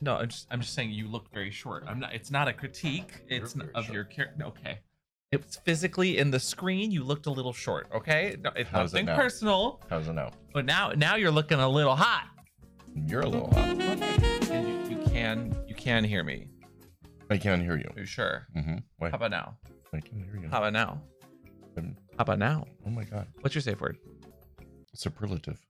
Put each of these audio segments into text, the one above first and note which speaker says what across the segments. Speaker 1: No, I'm just I'm just saying you look very short. I'm not. It's not a critique.
Speaker 2: You're
Speaker 1: It's n
Speaker 2: very
Speaker 1: of
Speaker 2: short.
Speaker 1: your character. Okay. It was physically in the screen. You looked a little short. Okay. No, it's
Speaker 2: How's it
Speaker 1: nothing
Speaker 2: now?
Speaker 1: personal.
Speaker 2: How's it now?
Speaker 1: But now now you're looking a little hot.
Speaker 2: You're a little hot.
Speaker 1: And you, you can you can hear me.
Speaker 2: I can't hear you.
Speaker 1: Are you sure?
Speaker 2: Mm-hmm. Wait,
Speaker 1: How about now?
Speaker 2: I can hear you.
Speaker 1: How about now?
Speaker 2: Um,
Speaker 1: How about now?
Speaker 2: Oh my god.
Speaker 1: What's your safe word?
Speaker 2: Superlative.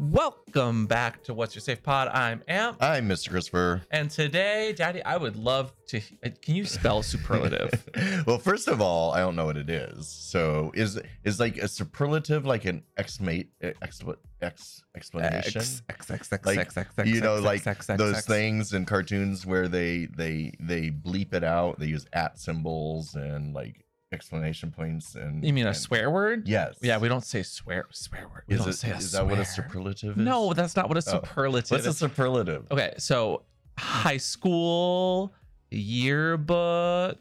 Speaker 1: Welcome back to What's Your Safe Pod. I'm Amp.
Speaker 2: Hi, Mr. Christopher.
Speaker 1: And today, Daddy, I would love to. uh, Can you spell superlative?
Speaker 2: well, first of all, I don't know what it is. So, is is like a superlative like an exclamate ex, ex explanation?
Speaker 3: X X X
Speaker 2: Like,
Speaker 3: X X X.
Speaker 2: you know,
Speaker 3: X,
Speaker 2: like
Speaker 3: X, X,
Speaker 2: Those
Speaker 3: X.
Speaker 2: things in cartoons where they they they bleep it out. They use at symbols and like explanation points and
Speaker 1: You mean a
Speaker 2: and-
Speaker 1: swear word?
Speaker 2: Yes.
Speaker 1: Yeah, we don't say swear swear word. We
Speaker 2: is
Speaker 1: don't
Speaker 2: it,
Speaker 1: say a
Speaker 2: is
Speaker 1: swear.
Speaker 2: that what a superlative is?
Speaker 1: No, that's not what a
Speaker 2: Oh.
Speaker 1: superlative
Speaker 2: What's a
Speaker 1: is.
Speaker 2: superlative?
Speaker 1: okay, so high school yearbook.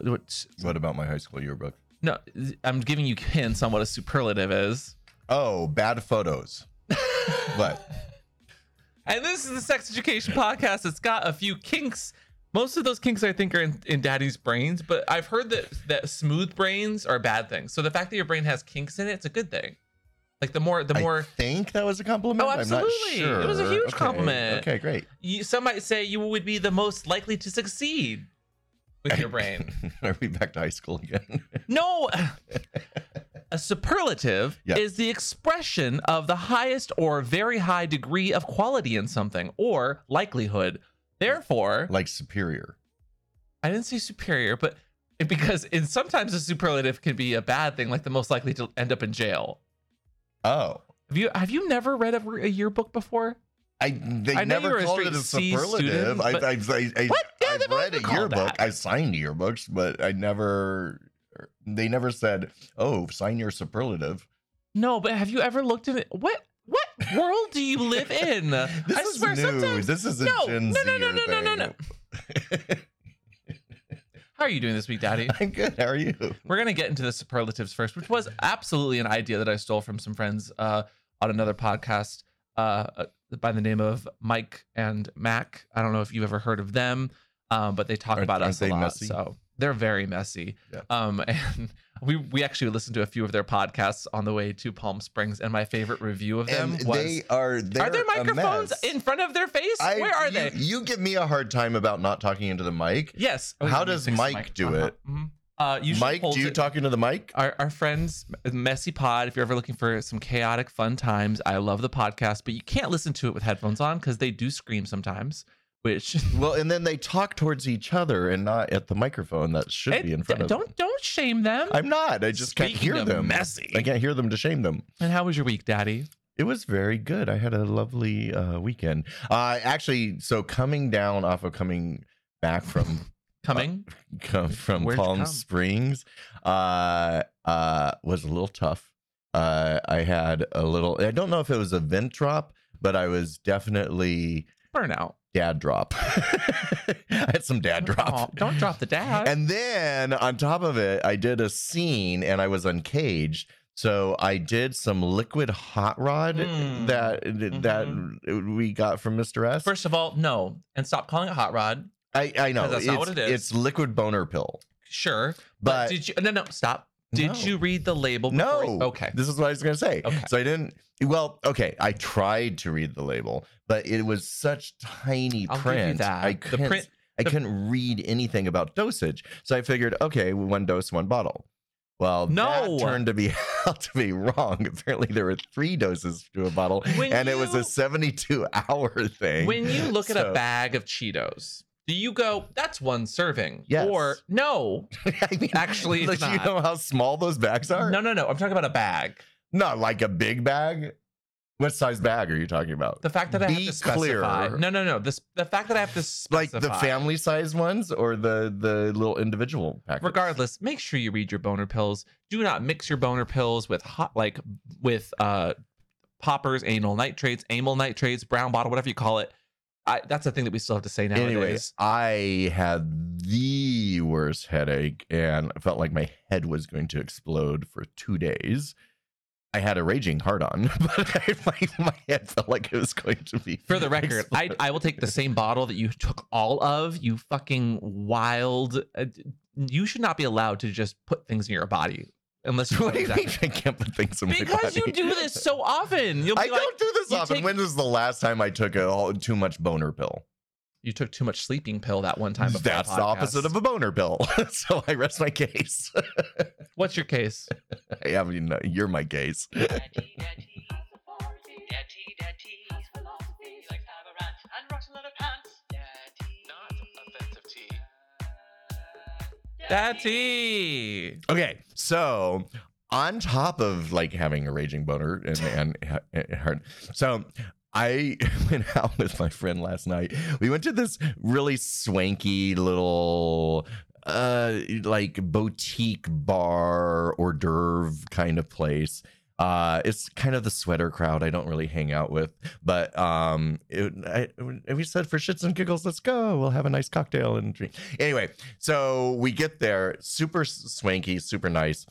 Speaker 1: What-
Speaker 2: What about my high school yearbook?
Speaker 1: No, I'm giving you hints on what a superlative is.
Speaker 2: Oh, bad photos. But
Speaker 1: And this is the Sex Education Podcast. It's got a few kinks. Most of those kinks, I think, are in, in Daddy's brains. But I've heard that that smooth brains are bad things. So the fact that your brain has kinks in it, it's a good thing. Like the more, the
Speaker 2: I
Speaker 1: more.
Speaker 2: think that was a compliment.
Speaker 1: Oh,
Speaker 2: I'm not
Speaker 1: absolutely.
Speaker 2: sure.
Speaker 1: It was a huge
Speaker 2: Okay,
Speaker 1: compliment.
Speaker 2: Okay, great.
Speaker 1: You, some might say you would be the most likely to succeed with your brain.
Speaker 2: Are we back to high school again?
Speaker 1: No, a superlative
Speaker 2: Yeah.
Speaker 1: is the expression of the highest or very high degree of quality in something or likelihood. Therefore,
Speaker 2: like superior.
Speaker 1: I didn't say superior, but because in sometimes a superlative can be a bad thing, like the most likely to end up in jail.
Speaker 2: Oh.
Speaker 1: Have you have you never read a, a yearbook before?
Speaker 2: I they
Speaker 1: I know you were
Speaker 2: never
Speaker 1: a
Speaker 2: called
Speaker 1: straight
Speaker 2: it a
Speaker 1: C
Speaker 2: superlative.
Speaker 1: student,
Speaker 2: I,
Speaker 1: but-
Speaker 2: I, I, I,
Speaker 1: What? Yeah,
Speaker 2: I've
Speaker 1: they've always
Speaker 2: read a
Speaker 1: been called
Speaker 2: yearbook.
Speaker 1: that.
Speaker 2: I signed yearbooks, but I never. They never said, "Oh, sign your superlative."
Speaker 1: No, but have you ever looked at it? What what world do you live in?
Speaker 2: This
Speaker 1: I
Speaker 2: is
Speaker 1: swear
Speaker 2: new.
Speaker 1: sometimes.
Speaker 2: This is a
Speaker 1: No,
Speaker 2: Gen
Speaker 1: no, no, no,
Speaker 2: Zer
Speaker 1: no, no, no, no.
Speaker 2: thing.
Speaker 1: How are you doing this week, Daddy?
Speaker 2: I'm good. How are you?
Speaker 1: We're gonna get into the superlatives first, which was absolutely an idea that I stole from some friends uh, on another podcast uh, by the name of Mike and Mac. I don't know if you've ever heard of them, um, but they talk
Speaker 2: Aren't-
Speaker 1: about
Speaker 2: aren't
Speaker 1: us a
Speaker 2: they
Speaker 1: lot.
Speaker 2: messy?
Speaker 1: So they're very messy.
Speaker 2: Yeah.
Speaker 1: Um, and we we actually listened to a few of their podcasts on the way to Palm Springs, and my favorite review of them
Speaker 2: And
Speaker 1: was.
Speaker 2: they are.
Speaker 1: are
Speaker 2: they're
Speaker 1: there
Speaker 2: a
Speaker 1: microphones
Speaker 2: mess.
Speaker 1: in front of their face?
Speaker 2: I-
Speaker 1: Where are
Speaker 2: you-
Speaker 1: they?
Speaker 2: You give me a hard time about not talking into the mic.
Speaker 1: Yes. Oh,
Speaker 2: How
Speaker 1: you
Speaker 2: does
Speaker 1: fix the
Speaker 2: Mike do
Speaker 1: Uh-huh.
Speaker 2: it?
Speaker 1: Mhm. Uh, usually
Speaker 2: Mike,
Speaker 1: holds
Speaker 2: do you
Speaker 1: it-
Speaker 2: talk into the mic?
Speaker 1: our, our friends messy pod if you're ever looking for some chaotic fun times i love the podcast but you can't listen to it with headphones on because they do scream sometimes which
Speaker 2: Well, and then they talk towards each other and not at the microphone that should be in
Speaker 1: And
Speaker 2: front of.
Speaker 1: don't don't shame them
Speaker 2: I'm not. I just can't
Speaker 1: Speaking
Speaker 2: hear
Speaker 1: of
Speaker 2: them.
Speaker 1: messy.
Speaker 2: I can't hear them to shame them.
Speaker 1: and how was your week daddy
Speaker 2: It was very good. I had a lovely uh, weekend. Uh, actually, so coming down off of coming back from
Speaker 1: coming
Speaker 2: come from
Speaker 1: Where'd you
Speaker 2: Palm
Speaker 1: come?
Speaker 2: Springs uh, uh, was a little tough. Uh, I had a little, I don't know if it was a vent drop, but I was definitely
Speaker 1: burnout
Speaker 2: dad drop. Uh, I had some dad drop.
Speaker 1: Aw, don't drop the dad
Speaker 2: And then on top of it, I did a scene and I was uncaged. So I did some liquid hot rod
Speaker 1: Mm.
Speaker 2: that that
Speaker 1: Mm-hmm.
Speaker 2: we got from Mr. S.
Speaker 1: first of all no and stop calling it hot rod
Speaker 2: I, I know
Speaker 1: that's not what
Speaker 2: it's-
Speaker 1: it is.
Speaker 2: It's liquid boner pill.
Speaker 1: sure
Speaker 2: But,
Speaker 1: did you no no stop did
Speaker 2: No.
Speaker 1: you read the label before
Speaker 2: No.
Speaker 1: you- okay
Speaker 2: This is what I was going to say.
Speaker 1: Okay.
Speaker 2: So I didn't. Well, okay. I tried to read the label, but it was such tiny
Speaker 1: I'll give you
Speaker 2: print.
Speaker 1: that.
Speaker 2: I
Speaker 1: The
Speaker 2: couldn't.
Speaker 1: print-
Speaker 2: I
Speaker 1: the-
Speaker 2: couldn't read anything about dosage. So I figured, okay, one dose, one bottle. Well,
Speaker 1: No.
Speaker 2: that turned to be out to be wrong. Apparently, there were three doses to a bottle,
Speaker 1: When
Speaker 2: and it was a
Speaker 1: you-
Speaker 2: seventy-two hour thing.
Speaker 1: When you look at
Speaker 2: So-
Speaker 1: a bag of Cheetos, do you go, that's one serving?
Speaker 2: Yes.
Speaker 1: Or no.
Speaker 2: I mean,
Speaker 1: Actually, it's
Speaker 2: like, you
Speaker 1: not.
Speaker 2: know how small those bags are?
Speaker 1: No, no, no. I'm talking about a bag.
Speaker 2: not like a big bag. What size bag are you talking about?
Speaker 1: The fact that I
Speaker 2: Be
Speaker 1: have to specify.
Speaker 2: clear.
Speaker 1: No, no, no. This the fact that I have to
Speaker 2: like
Speaker 1: specify.
Speaker 2: the family size ones or the the little individual packets.
Speaker 1: Regardless, make sure you read your boner pills. Do not mix your boner pills with hot like with uh poppers, anal nitrates, amyl nitrates, brown bottle, whatever you call it. I, that's the thing that we still have to say nowadays.
Speaker 2: Anyways, I had the worst headache and I felt like my head was going to explode for two days. I had a raging heart on, but I, my, my head felt like it was going to be.
Speaker 1: For the record, I, I will take the same bottle that you took all of. You fucking wild. uh, You should not be allowed to just put things in your body unless you know
Speaker 2: What do you
Speaker 1: exactly-
Speaker 2: mean I can't put things in my
Speaker 1: Because you
Speaker 2: body?
Speaker 1: do this so often. You'll be
Speaker 2: I
Speaker 1: like,
Speaker 2: don't do this
Speaker 1: you
Speaker 2: often.
Speaker 1: take-
Speaker 2: When was the last time I took a whole- too much boner pill?
Speaker 1: you took too much sleeping pill that one time. before
Speaker 2: That's the
Speaker 1: podcast."
Speaker 2: opposite of a boner pill. so I rest my case.
Speaker 1: What's your case?
Speaker 2: I mean, you're my case.
Speaker 3: Daddy, daddy, daddy, daddy, his philosophy. He likes to have a rant and rocks a lot of pants. Daddy, not offensive tea.
Speaker 1: That's E.
Speaker 2: Okay, so on top of like having a raging boner and and, and heart, so I went out with my friend last night. We went to this really swanky little uh like boutique bar hors d'oeuvre kind of place. Uh, it's kind of the sweater crowd I don't really hang out with, but um, it, I, and we said for shits and giggles, let's go. We'll have a nice cocktail and drink. Anyway, so we get there, super s- swanky, super nice.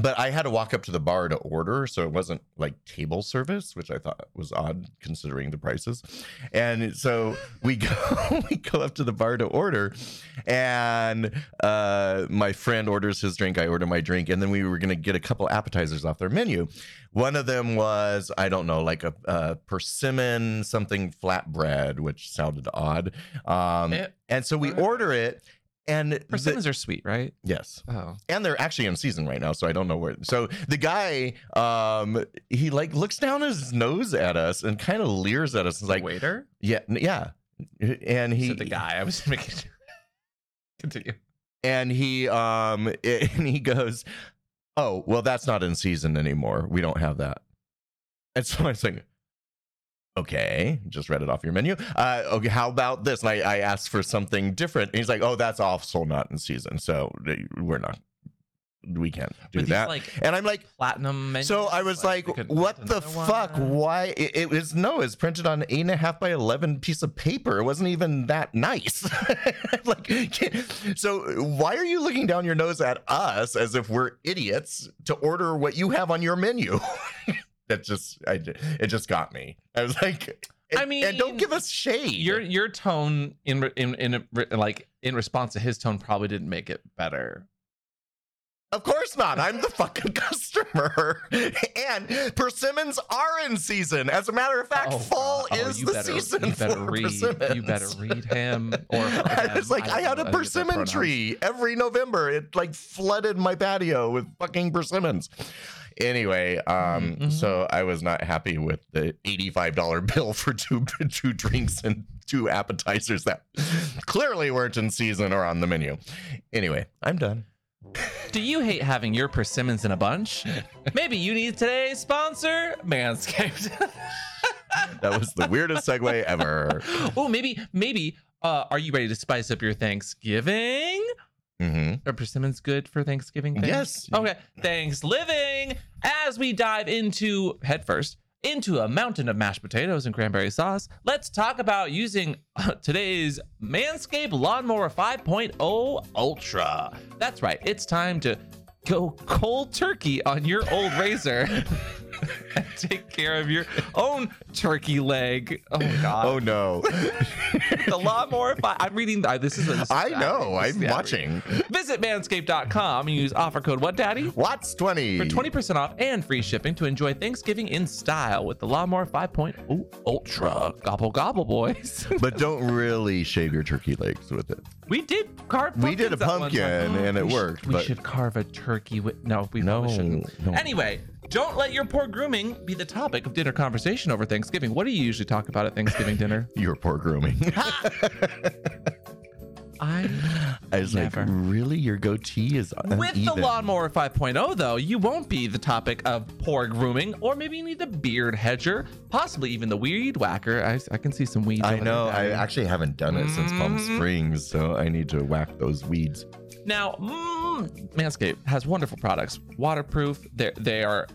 Speaker 2: But I had to walk up to the bar to order, so it wasn't like table service, which I thought was odd considering the prices. And so we go, we go up to the bar to order, and uh, my friend orders his drink, I order my drink, and then we were gonna get a couple appetizers off their menu. One of them was I don't know, like a, a persimmon something flatbread, which sounded odd. Um,
Speaker 1: Eh,
Speaker 2: and so we
Speaker 1: Alright.
Speaker 2: order it, and the-
Speaker 1: Persimmons are sweet, right?
Speaker 2: yes,
Speaker 1: Oh.
Speaker 2: and they're actually in season right now, so I don't know where. So the guy, um, he like looks down his nose at us and kind of leers at us, and is like,
Speaker 1: waiter?
Speaker 2: yeah, n- yeah, and he
Speaker 1: Said the guy. I was making sure. Continue.
Speaker 2: and he um and he goes, oh well, that's not in season anymore. We don't have that. And so I was like, okay, just read it off your menu. Uh, okay, how about this? And I, I asked for something different. And he's like, oh, that's also not in season, so uh, we're not, we can't do
Speaker 1: Were these,
Speaker 2: that.
Speaker 1: like
Speaker 2: and I'm like,
Speaker 1: platinum menus?
Speaker 2: So I was like,
Speaker 1: we couldn't
Speaker 2: what
Speaker 1: find
Speaker 2: the
Speaker 1: another
Speaker 2: fuck?
Speaker 1: one?
Speaker 2: Why? It, it was no, it's printed on eight and a half by 11 piece of paper. It wasn't even that nice. like, can- so why are you looking down your nose at us as if we're idiots to order what you have on your menu? that just, I, ju- it just got me. I was like,
Speaker 1: I
Speaker 2: and- and
Speaker 1: mean,
Speaker 2: don't give us shade.
Speaker 1: your your tone in re- in in re- like in response to his tone probably didn't make it better.
Speaker 2: Of course not. I'm the fucking customer. And persimmons are in season. As a matter of fact,
Speaker 1: Oh,
Speaker 2: fall
Speaker 1: God. Oh,
Speaker 2: is
Speaker 1: you
Speaker 2: the
Speaker 1: better-
Speaker 2: season
Speaker 1: You better
Speaker 2: for
Speaker 1: read.
Speaker 2: persimmons.
Speaker 1: You better read him or her
Speaker 2: I
Speaker 1: them.
Speaker 2: was like, I,
Speaker 1: don't
Speaker 2: had
Speaker 1: know.
Speaker 2: a
Speaker 1: I think it's their
Speaker 2: persimmon
Speaker 1: pronouns.
Speaker 2: tree every November. It like flooded my patio with fucking persimmons. Anyway, um,
Speaker 1: Mhm.
Speaker 2: so I was not happy with the eighty-five dollar bill for two two drinks and two appetizers that clearly weren't in season or on the menu. Anyway, I'm done.
Speaker 1: Do you hate having your persimmons in a bunch? Maybe you need today's sponsor, Manscaped.
Speaker 2: That was the weirdest segue ever.
Speaker 1: oh, maybe maybe uh, are you ready to spice up your Thanksgiving?
Speaker 2: hmm
Speaker 1: Are persimmons good for Thanksgiving? Things?
Speaker 2: Yes.
Speaker 1: Okay. Thanks, living. As we dive into headfirst into a mountain of mashed potatoes and cranberry sauce, let's talk about using uh, today's Manscaped Lawnmower 5.0 Ultra. That's right. It's time to go cold turkey on your old razor. and Take care of your own turkey leg. Oh God!
Speaker 2: Oh no.
Speaker 1: the lawnmower. Fi- I'm reading. I, this is. This is
Speaker 2: I
Speaker 1: sad.
Speaker 2: know.
Speaker 1: This
Speaker 2: I'm
Speaker 1: is sad.
Speaker 2: watching.
Speaker 1: Visit manscaped.com and use offer code what daddy
Speaker 2: Watts twenty.
Speaker 1: for 20% off and free shipping to enjoy Thanksgiving in style with the Lawnmower 5.0 Ultra. Gobble gobble, boys.
Speaker 2: But don't really shave your turkey legs with it.
Speaker 1: we did carve.
Speaker 2: We did a
Speaker 1: pumpkins at one time.
Speaker 2: pumpkin and it
Speaker 1: We should-
Speaker 2: worked,
Speaker 1: we
Speaker 2: but-
Speaker 1: should carve a turkey with. No, we
Speaker 2: No,
Speaker 1: probably shouldn't.
Speaker 2: no.
Speaker 1: Anyway, don't let your poor grooming be the topic of dinner conversation over Thanksgiving. What do you usually talk about at Thanksgiving dinner?
Speaker 2: Your poor grooming.
Speaker 1: I
Speaker 2: I was like,
Speaker 1: Never.
Speaker 2: really? Your goatee is uneven.
Speaker 1: With the lawnmower 5.0, though, you won't be the topic of poor grooming, or maybe you need the beard hedger, possibly even the weed whacker. I, I can see some weeds.
Speaker 2: I
Speaker 1: over
Speaker 2: know.
Speaker 1: there.
Speaker 2: I actually haven't done it since Palm
Speaker 1: Mhm.
Speaker 2: Springs, so I need to whack those weeds.
Speaker 1: Now, mm, Manscaped has wonderful products. Waterproof. They're, they are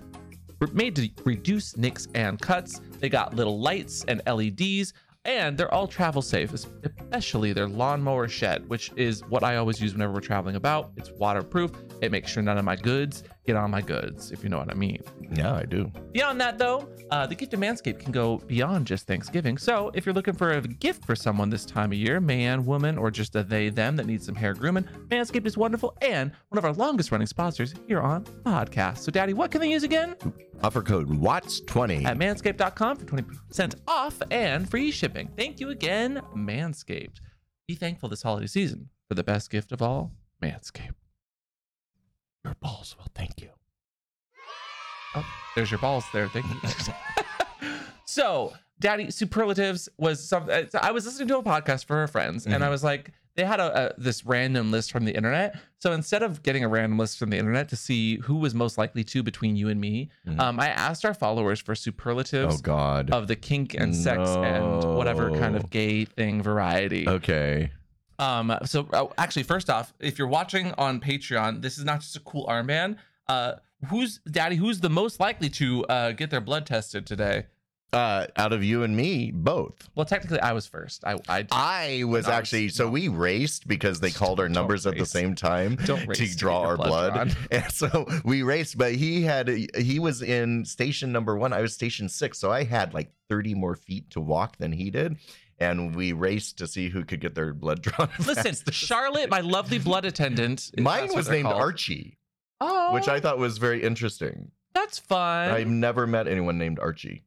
Speaker 1: made to reduce nicks and cuts. They got little lights and LEDs, and they're all travel safe, especially their lawnmower shed, which is what I always use whenever we're traveling about. It's waterproof. It makes sure none of my goods get on my goods, if you know what I mean.
Speaker 2: Yeah, I do.
Speaker 1: Beyond that, though, uh, the gift of Manscaped can go beyond just Thanksgiving. So, if you're looking for a gift for someone this time of year, man, woman, or just a they, them that needs some hair grooming, Manscaped is wonderful and one of our longest running sponsors here on the podcast. So, Daddy, what can they use again?
Speaker 2: Offer code WATS20.
Speaker 1: At manscaped.com for 20% off and free shipping. Thank you again, Manscaped. Be thankful this holiday season for the best gift of all, Manscaped.
Speaker 2: Your balls will thank you.
Speaker 1: Oh, there's your balls there. Thank you. so, Daddy Superlatives was something. I was listening to a podcast for her friends,
Speaker 2: Mm-hmm.
Speaker 1: and I was like, they had a, a this random list from the internet. So instead of getting a random list from the internet to see who was most likely to between you and me,
Speaker 2: Mhm.
Speaker 1: um, I asked our followers for superlatives
Speaker 2: Oh, God.
Speaker 1: of the kink and sex and whatever kind
Speaker 2: No. Oh,
Speaker 1: of gay thing variety.
Speaker 2: okay.
Speaker 1: Um, so oh, actually, first off, if you're watching on Patreon, this is not just a cool armband. Uh, who's daddy? Who's the most likely to uh, get their blood tested today?
Speaker 2: Uh, out of you and me, both.
Speaker 1: Well, technically, I was first. I, I
Speaker 2: I was
Speaker 1: No, I was-
Speaker 2: actually so we raced because they called our
Speaker 1: Don't
Speaker 2: numbers at the
Speaker 1: race.
Speaker 2: same time
Speaker 1: Don't race to
Speaker 2: to
Speaker 1: get
Speaker 2: draw
Speaker 1: your
Speaker 2: our
Speaker 1: blood
Speaker 2: blood,
Speaker 1: drawn.
Speaker 2: and so we raced. But he had he was in station number one. I was station six, so I had like thirty more feet to walk than he did, and we raced to see who could get their blood drawn.
Speaker 1: listen,
Speaker 2: fastest.
Speaker 1: Charlotte, my lovely blood attendant. if
Speaker 2: mine
Speaker 1: that's what
Speaker 2: was
Speaker 1: they're
Speaker 2: named
Speaker 1: called.
Speaker 2: Archie,
Speaker 1: Oh,
Speaker 2: which I thought was very interesting.
Speaker 1: that's fun.
Speaker 2: I've never met anyone named Archie.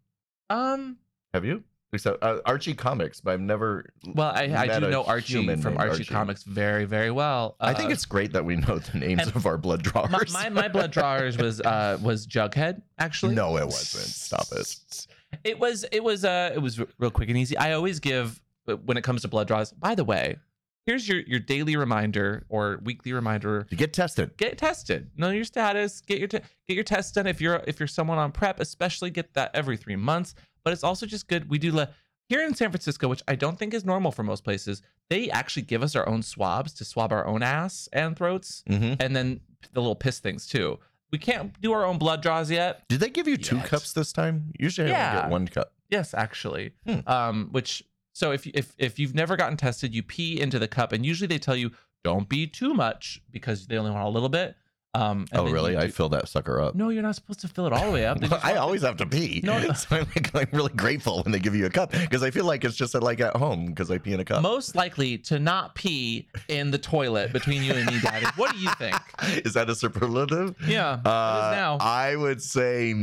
Speaker 1: um,
Speaker 2: Have you? Except uh, Archie comics, but I've never.
Speaker 1: well, I, I
Speaker 2: met
Speaker 1: do
Speaker 2: a
Speaker 1: know Archie
Speaker 2: human
Speaker 1: from
Speaker 2: named
Speaker 1: Archie, Comics very, very well.
Speaker 2: I
Speaker 1: Uh,
Speaker 2: think it's great that we know the names
Speaker 1: and
Speaker 2: of our blood drawers.
Speaker 1: my, my, my blood drawers was uh was Jughead actually.
Speaker 2: No, it wasn't. Stop it.
Speaker 1: It was it was uh it was r- real quick and easy. I always give but when it comes to blood draws. By the way, here's your your daily reminder or weekly reminder.
Speaker 2: To get tested.
Speaker 1: Get tested. Know your status. Get your te- get your test done. If you're if you're someone on prep, especially get that every three months. But it's also just good. We do le- here in San Francisco, which I don't think is normal for most places. They actually give us our own swabs to swab our own ass and throats,
Speaker 2: Mm-hmm.
Speaker 1: and then the little piss things too. We can't do our own blood draws yet.
Speaker 2: Did they give you two
Speaker 1: Yet.
Speaker 2: cups this time? Usually I only
Speaker 1: Yeah.
Speaker 2: get one cup.
Speaker 1: Yes, actually.
Speaker 2: Hmm.
Speaker 1: Um, which so if if if you've never gotten tested, you pee into the cup, and usually they tell you don't be too much because they only want a little bit. Um, and
Speaker 2: oh,
Speaker 1: then
Speaker 2: really?
Speaker 1: you
Speaker 2: I
Speaker 1: do-
Speaker 2: fill that sucker up.
Speaker 1: no, you're not supposed to fill it all the way up. They
Speaker 2: Well,
Speaker 1: just
Speaker 2: I
Speaker 1: want-
Speaker 2: always have to pee.
Speaker 1: No, no.
Speaker 2: So I'm, like, I'm really grateful when they give you a cup because I feel like it's just uh, like at home because I pee in a cup.
Speaker 1: most likely to not pee in the toilet between you and me, Daddy. What do you think?
Speaker 2: Is that a superlative?
Speaker 1: Yeah,
Speaker 2: Uh,
Speaker 1: now.
Speaker 2: I would say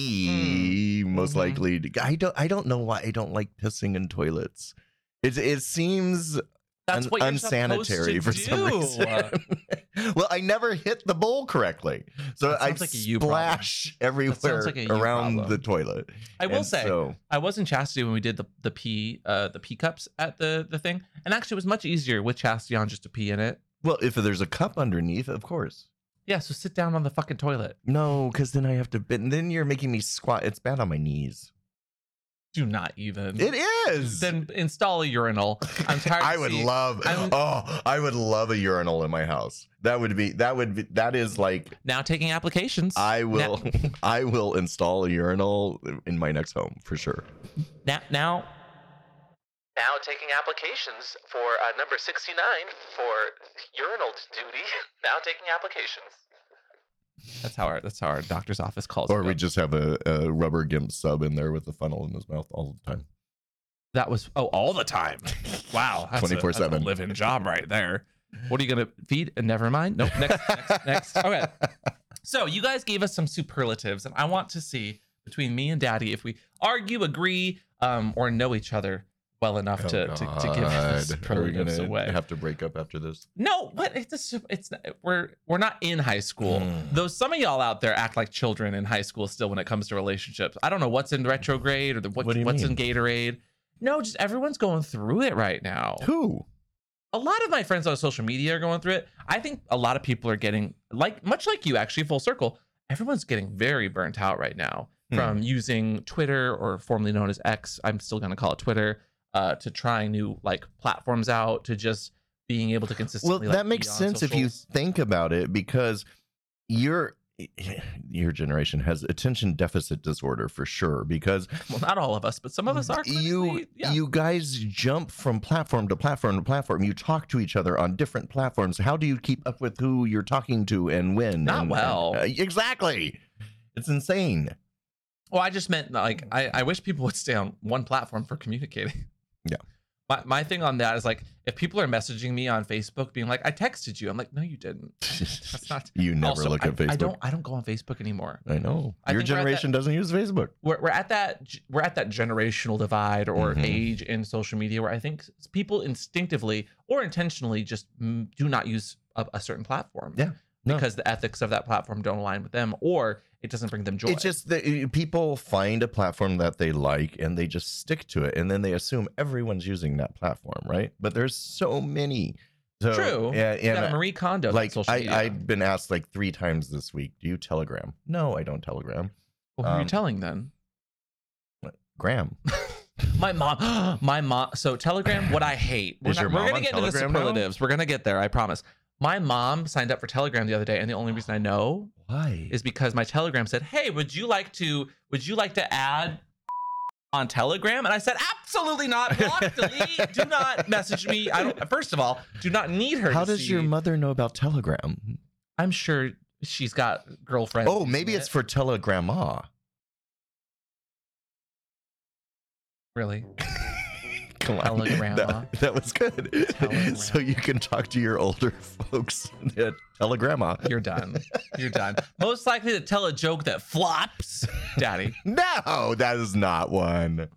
Speaker 2: me most
Speaker 1: Mhm.
Speaker 2: likely. To, I don't. I don't know why I don't like pissing in toilets. It it seems
Speaker 1: that's
Speaker 2: un-
Speaker 1: what you're
Speaker 2: unsanitary for
Speaker 1: supposed to do.
Speaker 2: some reason. well, I never hit the bowl correctly, so
Speaker 1: That
Speaker 2: I
Speaker 1: sounds like a you problem.
Speaker 2: splash
Speaker 1: sounds
Speaker 2: everywhere
Speaker 1: like a you
Speaker 2: around
Speaker 1: problem.
Speaker 2: the toilet.
Speaker 1: I will
Speaker 2: And
Speaker 1: say,
Speaker 2: so,
Speaker 1: I was in chastity when we did the the pee uh the pee cups at the the thing, and actually it was much easier with chastity on just to pee in it.
Speaker 2: well, if there's a cup underneath, of course.
Speaker 1: Yeah, so sit down on the fucking toilet.
Speaker 2: No, because then I have to. bend- Then you're making me squat. It's bad on my knees.
Speaker 1: Do not even.
Speaker 2: It is.
Speaker 1: Then install a urinal. I'm tired.
Speaker 2: I
Speaker 1: of
Speaker 2: would
Speaker 1: seeing-
Speaker 2: love.
Speaker 1: I'm-
Speaker 2: oh, I would love a urinal in my house. That would be. That would be. That is like.
Speaker 1: now taking applications.
Speaker 2: I will. I will install a urinal in my next home for sure.
Speaker 1: now, now
Speaker 4: Now taking applications for uh, number 69 for urinal duty. Now taking applications.
Speaker 1: that's how our that's how our doctor's office calls.
Speaker 2: Or
Speaker 1: it.
Speaker 2: we just have a, a rubber gimp sub in there with a funnel in his mouth all the time.
Speaker 1: that was oh all the time. Wow, that's a- that's a
Speaker 2: 24/7.
Speaker 1: living job right there. What are you gonna feed? And never mind. Nope. Next, next, next. Okay. So you guys gave us some superlatives, and I want to see between me and Daddy if we argue, agree, um, or know each other well enough
Speaker 2: Oh,
Speaker 1: to, to to give the
Speaker 2: God. Are we
Speaker 1: superlatives
Speaker 2: gonna
Speaker 1: away.
Speaker 2: have to break up after this?
Speaker 1: No, but it's a, sup- it's not- we're we're not in high school.
Speaker 2: Mm.
Speaker 1: Though some of y'all out there act like children in high school still when it comes to relationships. I don't know what's in retrograde or the, what,
Speaker 2: What do you
Speaker 1: what's in Gatorade. No, just everyone's going through it right now.
Speaker 2: Who?
Speaker 1: A lot of my friends on social media are going through it. I think a lot of people are getting like much like you actually full circle. Everyone's getting very burnt out right now
Speaker 2: Hmm.
Speaker 1: from using Twitter or formerly known as X. I'm still going to call it Twitter uh, to trying new like platforms out to just being able to consistently.
Speaker 2: Well,
Speaker 1: like,
Speaker 2: that
Speaker 1: be
Speaker 2: makes
Speaker 1: on
Speaker 2: sense if you
Speaker 1: socials.
Speaker 2: think about it because you're your generation has attention deficit disorder for sure because
Speaker 1: Well, not all of us, but some of us are.
Speaker 2: you
Speaker 1: clinically- yeah.
Speaker 2: you guys jump from platform to platform to platform. You talk to each other on different platforms. How do you keep up with who you're talking to and when?
Speaker 1: Not
Speaker 2: and-
Speaker 1: well.
Speaker 2: Uh, exactly. It's insane.
Speaker 1: Well, I just meant like I, I wish people would stay on one platform for communicating.
Speaker 2: Yeah.
Speaker 1: My my thing on that is like if people are messaging me on Facebook being like, I texted you, I'm like, no, you didn't.
Speaker 2: That's
Speaker 1: not-
Speaker 2: you never
Speaker 1: Also,
Speaker 2: look
Speaker 1: I,
Speaker 2: at Facebook.
Speaker 1: I don't I don't go on Facebook anymore.
Speaker 2: I know.
Speaker 1: I think we're
Speaker 2: Your
Speaker 1: at that-
Speaker 2: generation doesn't use Facebook.
Speaker 1: We're we're at that g- we're at that generational divide or
Speaker 2: Mhm.
Speaker 1: age in social media where I think s- people instinctively or intentionally just mm, do not use a, a certain platform.
Speaker 2: Yeah. No.
Speaker 1: Because the ethics of that platform don't align with them, or it doesn't bring them joy.
Speaker 2: It's just that uh, people find a platform that they like and they just stick to it, and then they assume everyone's using that platform, right? But there's so many. So,
Speaker 1: True.
Speaker 2: Yeah.
Speaker 1: You
Speaker 2: And
Speaker 1: got Marie Kondo.
Speaker 2: like
Speaker 1: social
Speaker 2: I,
Speaker 1: media.
Speaker 2: I've been asked like three times this week, do you Telegram? No, I don't Telegram.
Speaker 1: what were you
Speaker 2: um,
Speaker 1: telling then?
Speaker 2: Graham.
Speaker 1: My mom, my mom. So Telegram, what I hate. We're,
Speaker 2: Is your
Speaker 1: we're
Speaker 2: mom
Speaker 1: gonna
Speaker 2: on
Speaker 1: get into the
Speaker 2: Telegram now?
Speaker 1: superlatives. We're gonna get there. I promise. My mom signed up for Telegram the other day, and the only reason I know
Speaker 2: Why?
Speaker 1: is because my Telegram said, "Hey, would you like to? Would you like to add on Telegram?" And I said, "Absolutely not. Block, delete. Do not message me. I don't. First of all, do not need her.
Speaker 2: How
Speaker 1: to
Speaker 2: does your
Speaker 1: see-
Speaker 2: mother know about Telegram?
Speaker 1: I'm sure she's got girlfriends.
Speaker 2: Oh, maybe
Speaker 1: using
Speaker 2: it's
Speaker 1: it.
Speaker 2: for Telegramma.
Speaker 1: really.
Speaker 2: Come on.
Speaker 1: Telegramma.
Speaker 2: That, that was good.
Speaker 1: Telegramma.
Speaker 2: So you can talk to your older folks at Telegramma.
Speaker 1: You're done. You're done. Most likely to tell a joke that flops, Daddy.
Speaker 2: No, that is not one.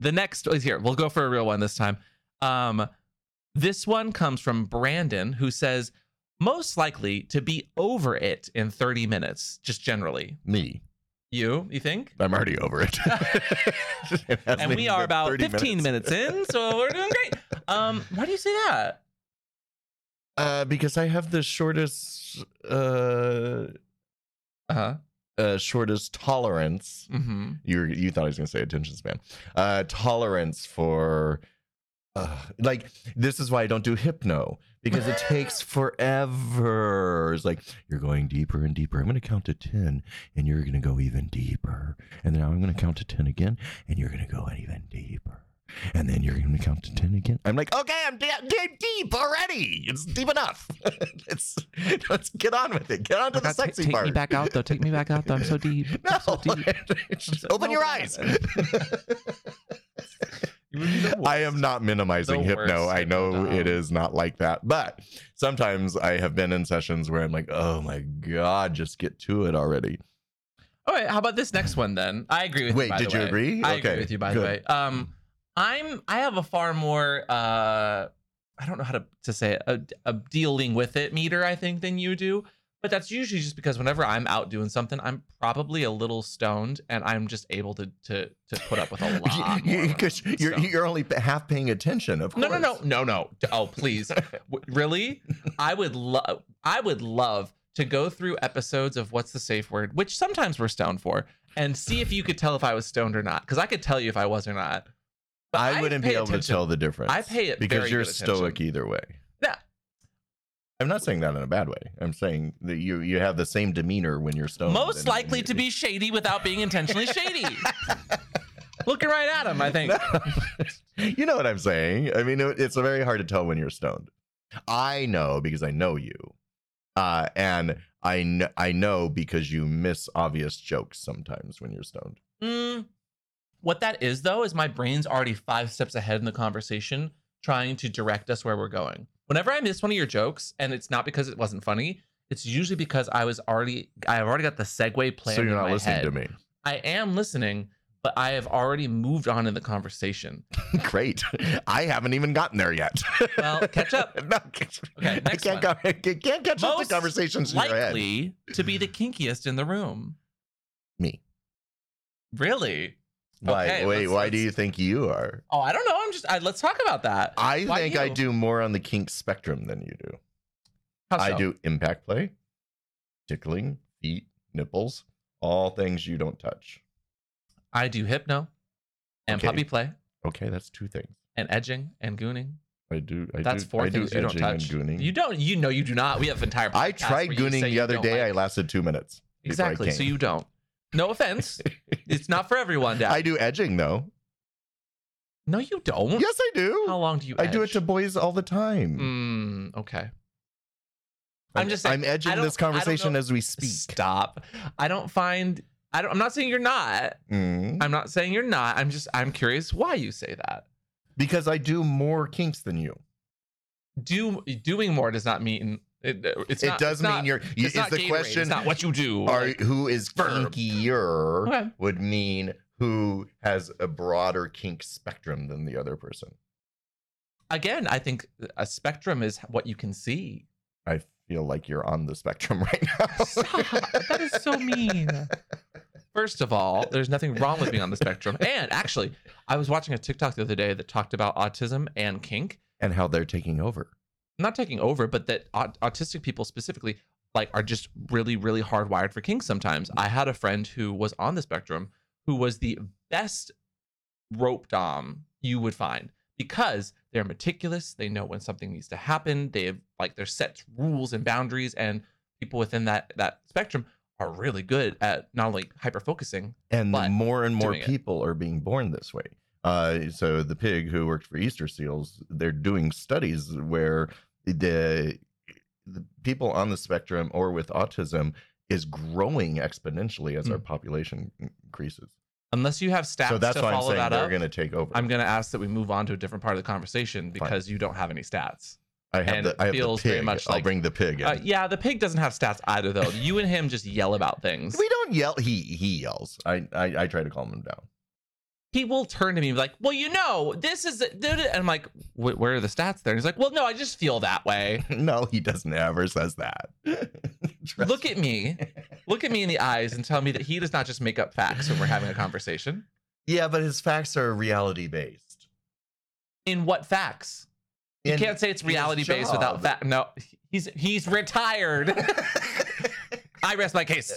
Speaker 1: The next is here. We'll go for a real one this time. Um, this one comes from Brandon, who says, most likely to be over it in 30 minutes, just generally.
Speaker 2: Me.
Speaker 1: You, you think?
Speaker 2: I'm already over it. It hasn't
Speaker 1: And we
Speaker 2: even
Speaker 1: are
Speaker 2: been
Speaker 1: about
Speaker 2: 30
Speaker 1: 15 minutes. in, so we're doing great. Um, why do you say that?
Speaker 2: Uh, because I have the shortest, uh,
Speaker 1: Uh-huh.
Speaker 2: uh, shortest tolerance
Speaker 1: Mm-hmm.
Speaker 2: you you thought I was going to say attention span. Uh, tolerance for uh, like this is why I don't do hypno because it takes forever. It's like you're going deeper and deeper. I'm going to count to 10 and you're going to go even deeper. And now I'm going to count to 10 again and you're going to go even deeper. And then you're going to count to 10 again. I'm like, okay, I'm da- da- deep already. It's deep enough. let's, let's get on with it. Get on to the sexy
Speaker 1: take
Speaker 2: part.
Speaker 1: me back out, though. Take me back out, though. I'm so deep.
Speaker 2: No,
Speaker 1: I'm so deep.
Speaker 2: Just
Speaker 1: so-
Speaker 2: open
Speaker 1: no,
Speaker 2: your
Speaker 1: but-
Speaker 2: eyes.
Speaker 1: You would be the
Speaker 2: I am not minimizing
Speaker 1: The
Speaker 2: hypno.
Speaker 1: worst
Speaker 2: I know
Speaker 1: hypno.
Speaker 2: it is not like that, but sometimes I have been in sessions where I'm like, "Oh my god, just get to it already."
Speaker 1: All right, how about this next one then? I agree with you.
Speaker 2: Wait,
Speaker 1: by
Speaker 2: did
Speaker 1: the
Speaker 2: you
Speaker 1: way.
Speaker 2: agree?
Speaker 1: I
Speaker 2: Okay,
Speaker 1: agree with you by the
Speaker 2: good.
Speaker 1: way. Um I'm I have a far more uh I don't know how to, to say it, a, a dealing with it meter, I think, than you do. But that's usually just because whenever I'm out doing something, I'm probably a little stoned and I'm just able to to to put up with a lot. more when I'm
Speaker 2: Because you're
Speaker 1: stoned.
Speaker 2: you're only half paying attention. Of
Speaker 1: No,
Speaker 2: course.
Speaker 1: no, no, no, no. D- Oh, please. W- really? I would love. I would love to go through episodes of What's the Safe Word, which sometimes we're stoned for, and see if you could tell if I was stoned or not. Because I could tell you if I was or not. But
Speaker 2: I wouldn't be
Speaker 1: pay
Speaker 2: able to
Speaker 1: attention.
Speaker 2: tell the difference.
Speaker 1: I pay it
Speaker 2: because
Speaker 1: very
Speaker 2: you're
Speaker 1: good attention.
Speaker 2: stoic either way.
Speaker 1: Yeah.
Speaker 2: I'm not saying that in a bad way. I'm saying that you you have the same demeanor when you're stoned.
Speaker 1: Most
Speaker 2: and-
Speaker 1: likely to be shady without being intentionally shady. Looking right at him, I think.
Speaker 2: you know what I'm saying. I mean, it- it's very hard to tell when you're stoned. I know because I know you, uh, and I kn- I know because you miss obvious jokes sometimes when you're stoned.
Speaker 1: Mm. What that is, though, is my brain's already five steps ahead in the conversation, trying to direct us where we're going. Whenever I miss one of your jokes, and it's not because it wasn't funny, it's usually because I was already, I've already got the segue planned.
Speaker 2: so you're
Speaker 1: in
Speaker 2: not
Speaker 1: my
Speaker 2: listening
Speaker 1: head.
Speaker 2: to me.
Speaker 1: I am listening, but I have already moved on in the conversation.
Speaker 2: Great. I haven't even gotten there yet.
Speaker 1: Well, catch up.
Speaker 2: no, okay, I
Speaker 1: next
Speaker 2: can't,
Speaker 1: one.
Speaker 2: go- I can't catch up to
Speaker 1: Most
Speaker 2: conversations in your head.
Speaker 1: Likely to be the kinkiest in the room.
Speaker 2: Me.
Speaker 1: Really?
Speaker 2: Why?
Speaker 1: Okay,
Speaker 2: wait.
Speaker 1: let's-
Speaker 2: Why do
Speaker 1: let's-
Speaker 2: you think you are?
Speaker 1: Oh, I don't know. I'm just. I, let's talk about that.
Speaker 2: I
Speaker 1: Why
Speaker 2: think I
Speaker 1: you?
Speaker 2: do more on the kink spectrum than you do.
Speaker 1: How
Speaker 2: I
Speaker 1: so?
Speaker 2: do impact play, tickling, feet, nipples, all things you don't touch.
Speaker 1: I do hypno, and
Speaker 2: Okay.
Speaker 1: puppy play,
Speaker 2: Okay, that's two things.
Speaker 1: and edging, and gooning.
Speaker 2: I do. I
Speaker 1: That's
Speaker 2: do,
Speaker 1: four
Speaker 2: I do
Speaker 1: things you don't
Speaker 2: edging and
Speaker 1: touch.
Speaker 2: gooning.
Speaker 1: You don't. You know you do not. We have entire.
Speaker 2: I
Speaker 1: podcasts
Speaker 2: tried
Speaker 1: where you
Speaker 2: gooning
Speaker 1: say
Speaker 2: the
Speaker 1: you
Speaker 2: other
Speaker 1: don't
Speaker 2: day.
Speaker 1: like-
Speaker 2: I lasted two minutes. before I
Speaker 1: exactly. So
Speaker 2: came.
Speaker 1: you don't. No offense. it's not for everyone, Dad.
Speaker 2: I do edging though.
Speaker 1: no, you don't.
Speaker 2: Yes, I do.
Speaker 1: Mm. How long do you?
Speaker 2: I do it
Speaker 1: edge?
Speaker 2: to boys all the time.
Speaker 1: Mm, okay.
Speaker 2: Like,
Speaker 1: I'm just saying,
Speaker 2: I'm edging
Speaker 1: I don't-
Speaker 2: this
Speaker 1: I don't
Speaker 2: conversation
Speaker 1: know-
Speaker 2: as we speak.
Speaker 1: Stop. I don't find. I don't. I'm not saying you're not.
Speaker 2: Mm.
Speaker 1: I'm not saying you're not. I'm just. I'm curious why you say that.
Speaker 2: Because I do more kinks than you.
Speaker 1: Do doing more does not mean it. It's
Speaker 2: it
Speaker 1: not,
Speaker 2: does
Speaker 1: it's
Speaker 2: mean
Speaker 1: not,
Speaker 2: you're. you-
Speaker 1: It's
Speaker 2: Is
Speaker 1: not
Speaker 2: the
Speaker 1: Gatorade,
Speaker 2: question
Speaker 1: It's not what you do.
Speaker 2: are
Speaker 1: like-
Speaker 2: who is
Speaker 1: verb.
Speaker 2: kinkier
Speaker 1: Okay.
Speaker 2: would mean who has a broader kink spectrum than the other person.
Speaker 1: again, I think a spectrum is what you can see.
Speaker 2: I feel like you're on the spectrum right now.
Speaker 1: Stop. that is so mean. First of all, there's nothing wrong with being on the spectrum. And actually, I was watching a TikTok the other day that talked about autism and kink,
Speaker 2: and how they're taking over.
Speaker 1: not taking over, but that aut- autistic people specifically like are just really really hardwired for kink sometimes. I had a friend who was on the spectrum who was the best rope dom you would find because they're meticulous, they know when something needs to happen, they have like their set rules and boundaries and people within that that spectrum are really good at not only hyper focusing
Speaker 2: And
Speaker 1: But
Speaker 2: more and more
Speaker 1: doing it.
Speaker 2: people are being born this way. Uh, so the pig who worked for Easter Seals, they're doing studies where the, the people on the spectrum or with autism is growing exponentially as our
Speaker 1: Hmm.
Speaker 2: population increases.
Speaker 1: unless you have stats
Speaker 2: so that's
Speaker 1: to
Speaker 2: why I'm
Speaker 1: follow
Speaker 2: saying
Speaker 1: that
Speaker 2: they're
Speaker 1: up.
Speaker 2: going to take over.
Speaker 1: I'm going to ask that we move on to a different part of the conversation because you don't have any stats.
Speaker 2: I have
Speaker 1: and
Speaker 2: the I have
Speaker 1: feels
Speaker 2: the
Speaker 1: very
Speaker 2: pig.
Speaker 1: much
Speaker 2: I'll
Speaker 1: like-
Speaker 2: bring the pig. In.
Speaker 1: Uh, yeah, the pig doesn't have stats either, though. You and him just yell about things.
Speaker 2: we don't yell. He he yells. I I, I try to calm him down.
Speaker 1: He will turn to me and be like, "Well, you know, this is," a- duh, duh," and I'm like, "Wh- "Where are the stats there?" And he's like, "Well, no, I just feel that way.
Speaker 2: No, he doesn't ever says that. Trust
Speaker 1: Look at me, look at me in the eyes, and tell me that he does not just make up facts when we're having a conversation."
Speaker 2: Yeah, but his facts are reality based.
Speaker 1: In what facts? You
Speaker 2: In
Speaker 1: can't say it's
Speaker 2: his
Speaker 1: reality based without
Speaker 2: job.
Speaker 1: fact. No, he's he's retired. I rest my case.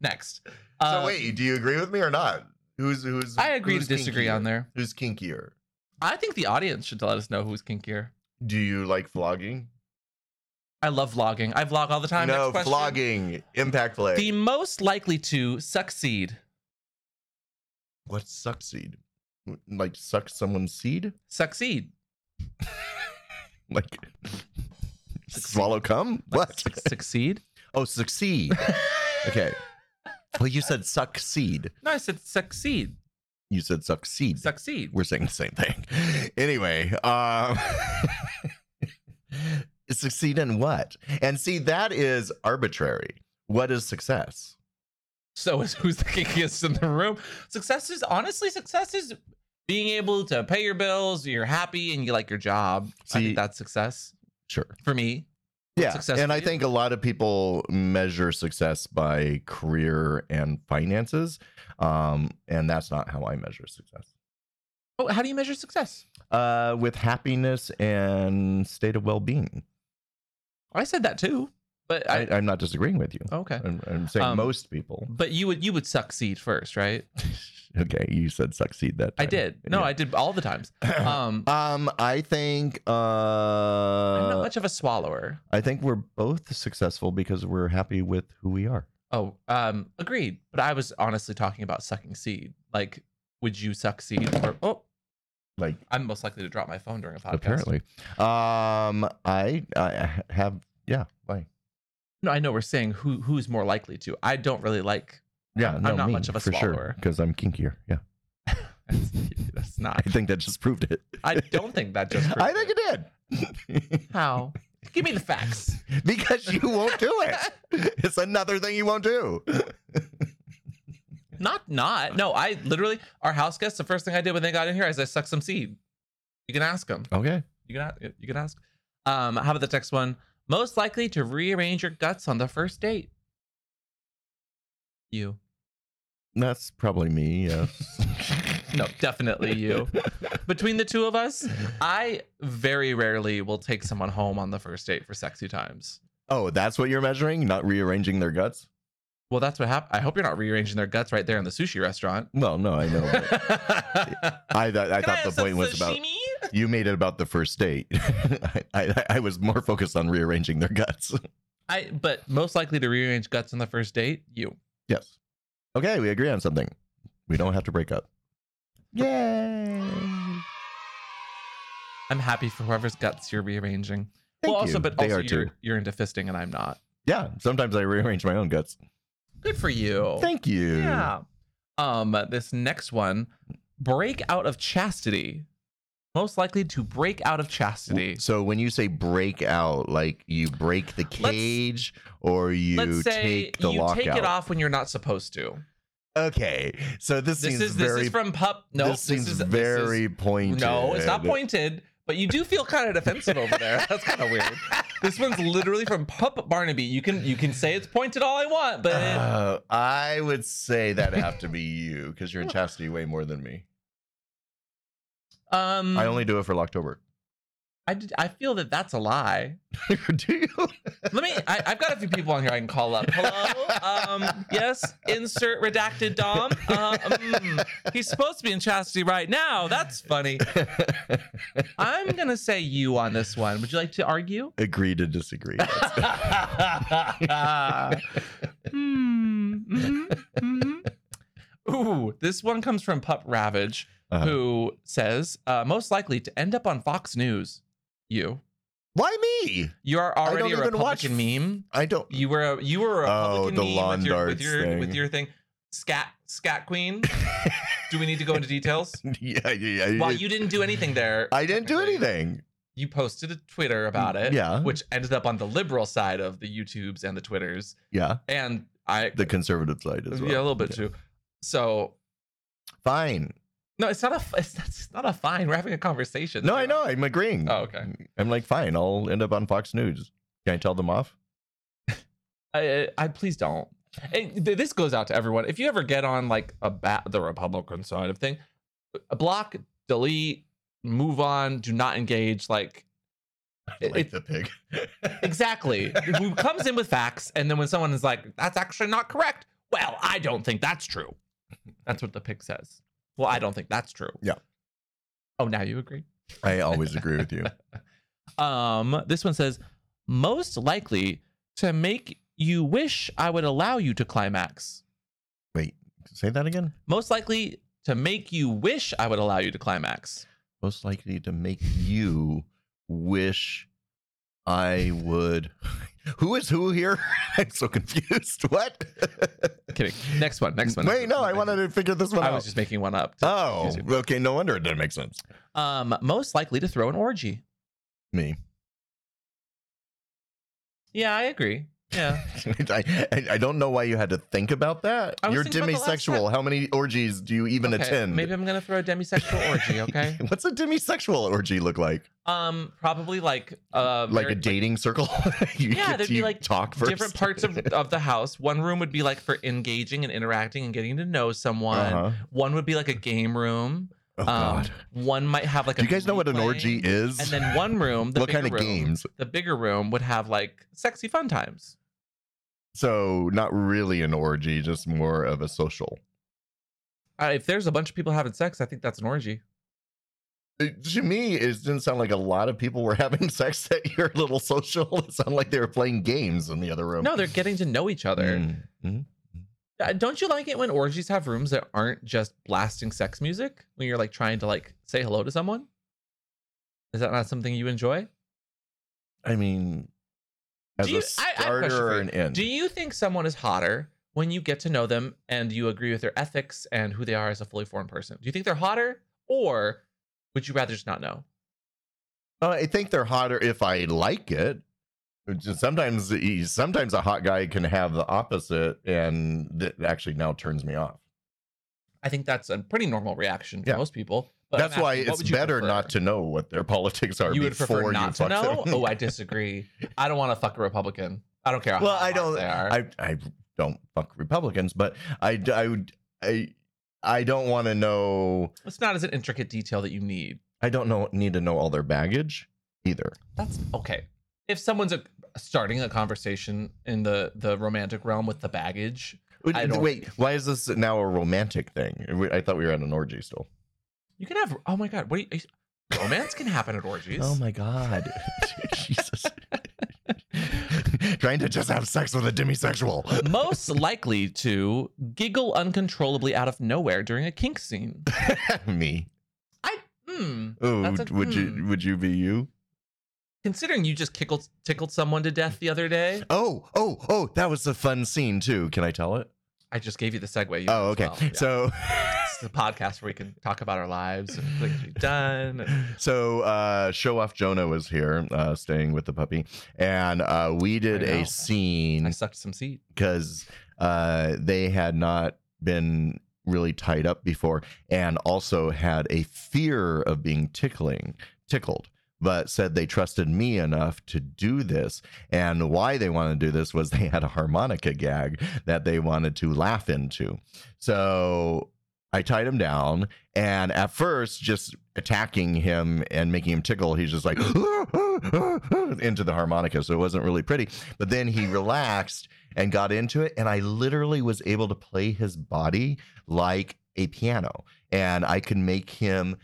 Speaker 1: Next. Uh,
Speaker 2: so wait, do you agree with me or not? Who's who's?
Speaker 1: I agree
Speaker 2: who's
Speaker 1: to disagree
Speaker 2: kinkier?
Speaker 1: on there.
Speaker 2: Who's kinkier?
Speaker 1: I think the audience should let us know who's kinkier.
Speaker 2: Do you like vlogging?
Speaker 1: I love vlogging. I vlog all the time.
Speaker 2: no,
Speaker 1: Next question.
Speaker 2: vlogging. Impact play.
Speaker 1: The most likely to succeed.
Speaker 2: What succeed? Like suck someone's seed?
Speaker 1: Succeed.
Speaker 2: Like swallow cum? What?
Speaker 1: Suc- Succeed.
Speaker 2: Oh, succeed. Okay. Well, you said succeed.
Speaker 1: No, I said succeed.
Speaker 2: You said succeed.
Speaker 1: Succeed.
Speaker 2: We're saying the same thing. Anyway, um, succeed in what? And see, that is arbitrary. What is success?
Speaker 1: So is who's the kinkiest in the room. Success is honestly success is being able to pay your bills. You're happy and you like your job. I
Speaker 2: See-
Speaker 1: think that's success
Speaker 2: Sure.
Speaker 1: for me.
Speaker 2: Yeah.
Speaker 1: success
Speaker 2: and
Speaker 1: for
Speaker 2: I
Speaker 1: you?
Speaker 2: think a lot of people measure success by career and finances. Um, and that's not how I measure success.
Speaker 1: Oh, how do you measure success?
Speaker 2: Uh, with happiness and state of well being.
Speaker 1: I said that too, but
Speaker 2: I,
Speaker 1: I,
Speaker 2: I'm not disagreeing with you.
Speaker 1: okay.
Speaker 2: I'm, I'm saying
Speaker 1: Um,
Speaker 2: most people.
Speaker 1: But you would you would succeed first, right?
Speaker 2: Okay. You said succeed that
Speaker 1: I
Speaker 2: time.
Speaker 1: did. No,
Speaker 2: Yeah.
Speaker 1: I did all the times. Um,
Speaker 2: Um, I think uh,
Speaker 1: I'm not much of a swallower.
Speaker 2: I think we're both successful because we're happy with who we are.
Speaker 1: Oh, um, agreed. But I was honestly talking about sucking seed. Like, would you suck seed? Or oh,
Speaker 2: Like
Speaker 1: I'm most likely to drop my phone during a podcast.
Speaker 2: apparently, um, I I have yeah. Why?
Speaker 1: No, I know we're saying who who's more likely to. I don't really like.
Speaker 2: Yeah,
Speaker 1: I'm
Speaker 2: no,
Speaker 1: not
Speaker 2: me,
Speaker 1: much of a
Speaker 2: for
Speaker 1: swallower.
Speaker 2: because I'm kinkier. Yeah,
Speaker 1: That's not.
Speaker 2: I think that just proved it.
Speaker 1: I don't think that just.
Speaker 2: I
Speaker 1: proved
Speaker 2: think it did.
Speaker 1: How? Give me the facts.
Speaker 2: because you won't do it. It's another thing you won't do.
Speaker 1: Not not. No, I literally our house guests. The first thing I did when they got in here is I sucked some seed. You can ask them.
Speaker 2: Okay.
Speaker 1: You can a- you can ask. Um, how about the next one? Most likely to rearrange your guts on the first date. You.
Speaker 2: That's probably me. Yes.
Speaker 1: No, definitely you. Between the two of us, I very rarely will take someone home on the first date for sexy times.
Speaker 2: Oh, that's what you're measuring? Not rearranging their guts?
Speaker 1: Well, that's what happened. I hope you're not rearranging their guts right there in the sushi restaurant.
Speaker 2: Well, no, I know. but
Speaker 1: I
Speaker 2: I, I, I thought the point was about
Speaker 1: about.
Speaker 2: you made it about the first date. I, I, I was more focused on rearranging their guts.
Speaker 1: I but most likely to rearrange guts on the first date, you.
Speaker 2: Yes. Okay, we agree on something. We don't have to break up. Yay!
Speaker 1: I'm happy for whoever's guts you're rearranging.
Speaker 2: Thank
Speaker 1: well, also,
Speaker 2: you.
Speaker 1: but
Speaker 2: they
Speaker 1: also
Speaker 2: are
Speaker 1: you're,
Speaker 2: too.
Speaker 1: you're into fisting and I'm not.
Speaker 2: Yeah, sometimes I rearrange my own guts.
Speaker 1: Good for you.
Speaker 2: Thank you.
Speaker 1: Oh, Yeah. Um, this next one, break out of chastity. Most likely to break out of chastity.
Speaker 2: So when you say break out, like you break the cage or you
Speaker 1: Let's say
Speaker 2: take the
Speaker 1: you
Speaker 2: lock
Speaker 1: take
Speaker 2: out.
Speaker 1: it off when you're not supposed to.
Speaker 2: Okay, so this,
Speaker 1: This
Speaker 2: seems
Speaker 1: is
Speaker 2: very.
Speaker 1: this is from pup. No,
Speaker 2: this seems
Speaker 1: is,
Speaker 2: very
Speaker 1: is-
Speaker 2: pointed.
Speaker 1: no, it's not pointed. But you do feel kind of defensive over there. That's kind of weird. This one's literally from Pup Barnaby. You can you can say it's pointed all I want, but
Speaker 2: Uh, I would say that have to be you because you're in chastity way more than me.
Speaker 1: um,
Speaker 2: I only do it for Locktober.
Speaker 1: I, did- I feel that that's a lie.
Speaker 2: do you?
Speaker 1: Let me. I, I've got a few people on here I can call up. Hello. Um, yes. Insert redacted Dom. Uh, mm, he's supposed to be in chastity right now. That's funny. I'm gonna say you on this one. Would you like to argue?
Speaker 2: Agree to disagree.
Speaker 1: Hmm. hmm hmm Ooh, this one comes from Pup Ravage,
Speaker 2: Uh-huh.
Speaker 1: who says uh, most likely to end up on Fox News. You.
Speaker 2: Why me?
Speaker 1: You are
Speaker 2: don't
Speaker 1: already a
Speaker 2: even watch
Speaker 1: Republican meme.
Speaker 2: I don't.
Speaker 1: You were a you were a
Speaker 2: Oh,
Speaker 1: Republican
Speaker 2: the
Speaker 1: meme
Speaker 2: lawn
Speaker 1: with your with
Speaker 2: darts
Speaker 1: your, with
Speaker 2: thing.
Speaker 1: your thing. Scat scat queen. do we need to go into details?
Speaker 2: yeah, yeah, yeah.
Speaker 1: Well,
Speaker 2: it-
Speaker 1: you didn't do anything there.
Speaker 2: I didn't do
Speaker 1: technically.
Speaker 2: anything.
Speaker 1: You posted a Twitter about it.
Speaker 2: Yeah.
Speaker 1: Which ended up on the liberal side of the YouTubes and the Twitters.
Speaker 2: Yeah,
Speaker 1: And I
Speaker 2: the conservative side as well.
Speaker 1: Yeah, a little bit
Speaker 2: Okay.
Speaker 1: too. So
Speaker 2: Fine.
Speaker 1: no, it's not a f- it's not, it's not a fine. We're having a conversation.
Speaker 2: No, I know. I'm agreeing.
Speaker 1: Oh, okay.
Speaker 2: I'm like, fine. I'll end up on Fox News. Can I tell them off?
Speaker 1: I, I please don't. And th- this goes out to everyone. If you ever get on like a ba- the Republican side of thing, block, delete, move on, do not engage. Like it- it-
Speaker 2: the pig.
Speaker 1: exactly, who comes in with facts, and then when someone is like, "That's actually not correct," well, I don't think that's true. That's what the pig says. Well, I don't think that's true.
Speaker 2: Yeah.
Speaker 1: Oh, now you agree.
Speaker 2: I always agree with you.
Speaker 1: Um, this one says most likely to make you wish I would allow you to climax.
Speaker 2: Wait, say that again.
Speaker 1: most likely to make you wish I would allow you to climax.
Speaker 2: Most likely to make you wish I would. Who is who here? I'm so confused. What?
Speaker 1: Kidding. Next one. Next one.
Speaker 2: Wait, no. I wanted
Speaker 1: to.
Speaker 2: to figure this one
Speaker 1: I
Speaker 2: out.
Speaker 1: was just making one up. to
Speaker 2: oh,
Speaker 1: confuse
Speaker 2: okay. No wonder it didn't make sense.
Speaker 1: you. Um, most likely to throw an orgy.
Speaker 2: Me.
Speaker 1: Yeah, I agree. Yeah.
Speaker 2: I, I, I don't know why you had to think about that.
Speaker 1: I was
Speaker 2: You're
Speaker 1: thinking about the last
Speaker 2: demisexual. How many orgies do you even
Speaker 1: Okay,
Speaker 2: attend?
Speaker 1: Maybe I'm gonna throw a demisexual orgy. Okay.
Speaker 2: What's a demisexual orgy look like?
Speaker 1: Um, probably like uh,
Speaker 2: like
Speaker 1: very-
Speaker 2: a dating circle? you
Speaker 1: Yeah,
Speaker 2: get
Speaker 1: there'd
Speaker 2: to
Speaker 1: be, like,
Speaker 2: talk first.
Speaker 1: Different parts of, of the house. One room would be like for engaging and interacting and getting to know someone.
Speaker 2: Uh-huh.
Speaker 1: One would be like a game room.
Speaker 2: Oh
Speaker 1: um,
Speaker 2: god.
Speaker 1: one might have like
Speaker 2: Do
Speaker 1: a
Speaker 2: you guys know what an
Speaker 1: replay.
Speaker 2: orgy is?
Speaker 1: And then one room, the
Speaker 2: what kind
Speaker 1: bigger
Speaker 2: of
Speaker 1: room,
Speaker 2: games?
Speaker 1: the bigger room would have like sexy fun times.
Speaker 2: So not really an orgy, just more of a social.
Speaker 1: Uh, if there's a bunch of people having sex, I think that's an orgy.
Speaker 2: It- Uh, to me, it didn't sound like a lot of people were having sex at your little social. It sounded like they were playing games in the other room.
Speaker 1: No, they're getting to know each other.
Speaker 2: Mm, mm.
Speaker 1: Uh, Don't you like it when orgies have rooms that aren't just blasting sex music when you're like trying to like say hello to someone? Is that not something you enjoy?
Speaker 2: I mean, as
Speaker 1: Do you-
Speaker 2: a
Speaker 1: I- I have a question
Speaker 2: starter
Speaker 1: for
Speaker 2: or
Speaker 1: you.
Speaker 2: an end.
Speaker 1: Do you think someone is hotter when you get to know them and you agree with their ethics and who they are as a fully formed person? Do you think they're hotter or would you rather just not know?
Speaker 2: Uh, I think they're hotter if I like it. Just Sometimes, e, sometimes a hot guy can have the opposite, and that actually now turns me off.
Speaker 1: I think that's a pretty normal reaction for
Speaker 2: Yeah.
Speaker 1: most people. But
Speaker 2: That's
Speaker 1: I'm
Speaker 2: why
Speaker 1: asking, what
Speaker 2: it's
Speaker 1: would you
Speaker 2: better
Speaker 1: prefer?
Speaker 2: not to know what their politics are
Speaker 1: You would
Speaker 2: before
Speaker 1: prefer
Speaker 2: you
Speaker 1: not to
Speaker 2: fuck
Speaker 1: know?
Speaker 2: them.
Speaker 1: Oh, I disagree. I don't want to fuck a Republican. I don't care.
Speaker 2: well,
Speaker 1: how
Speaker 2: I
Speaker 1: hot
Speaker 2: don't.
Speaker 1: They are.
Speaker 2: I I don't fuck Republicans, but I d- I would I I don't want to know.
Speaker 1: it's not as an intricate detail that you need.
Speaker 2: I don't know need to know all their baggage either.
Speaker 1: That's okay. If someone's a, starting a conversation in the the romantic realm with the baggage, I don't-
Speaker 2: Wait, why is this now a romantic thing? I thought we were at an orgy still.
Speaker 1: you can have. Oh my god, what? Are you, Romance can happen at orgies.
Speaker 2: Oh my god. Jesus. Trying to just have sex with a demisexual.
Speaker 5: Most likely to giggle uncontrollably out of nowhere during a kink scene.
Speaker 2: Me.
Speaker 1: I hmm.
Speaker 2: Oh,
Speaker 1: That's a-
Speaker 2: would you
Speaker 1: hmm.
Speaker 2: would you be you?
Speaker 1: Considering you just tickled tickled someone to death the other day,
Speaker 2: Oh, oh, oh, that was a fun scene too. Can I tell it?
Speaker 1: I just gave you the segue. You
Speaker 2: Oh,
Speaker 1: as
Speaker 2: okay.
Speaker 1: well. Yeah.
Speaker 2: So
Speaker 1: this is a podcast where we can talk about our lives and things we've done. and-
Speaker 2: so uh show off Jonah was here, uh staying with the puppy. And uh we did
Speaker 1: I know.
Speaker 2: a
Speaker 1: I
Speaker 2: scene
Speaker 1: sucked some seed.
Speaker 2: because uh they had not been really tied up before and also had a fear of being tickling tickled but said they trusted me enough to do this and why they wanted to do this was they had a harmonica gag that they wanted to laugh into so i tied him down and at first just attacking him and making him tickle he's just like into the harmonica so it wasn't really pretty but then he relaxed and got into it and i literally was able to play his body like a piano and i could make him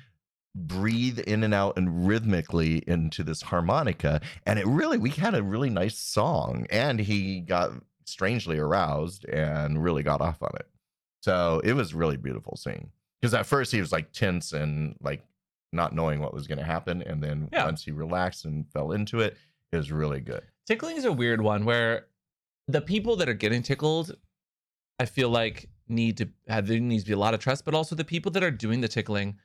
Speaker 2: breathe in and out and rhythmically into this harmonica and it really we had a really nice song and he got strangely aroused and really got off on it so it was really beautiful scene because at first he was like tense and like not knowing what was going to happen and then
Speaker 1: Yeah.
Speaker 2: once he relaxed and fell into it it was really good
Speaker 5: Tickling is a weird one where the people that are getting tickled, I feel like need to have there needs to be a lot of trust, but also the people that are doing the tickling.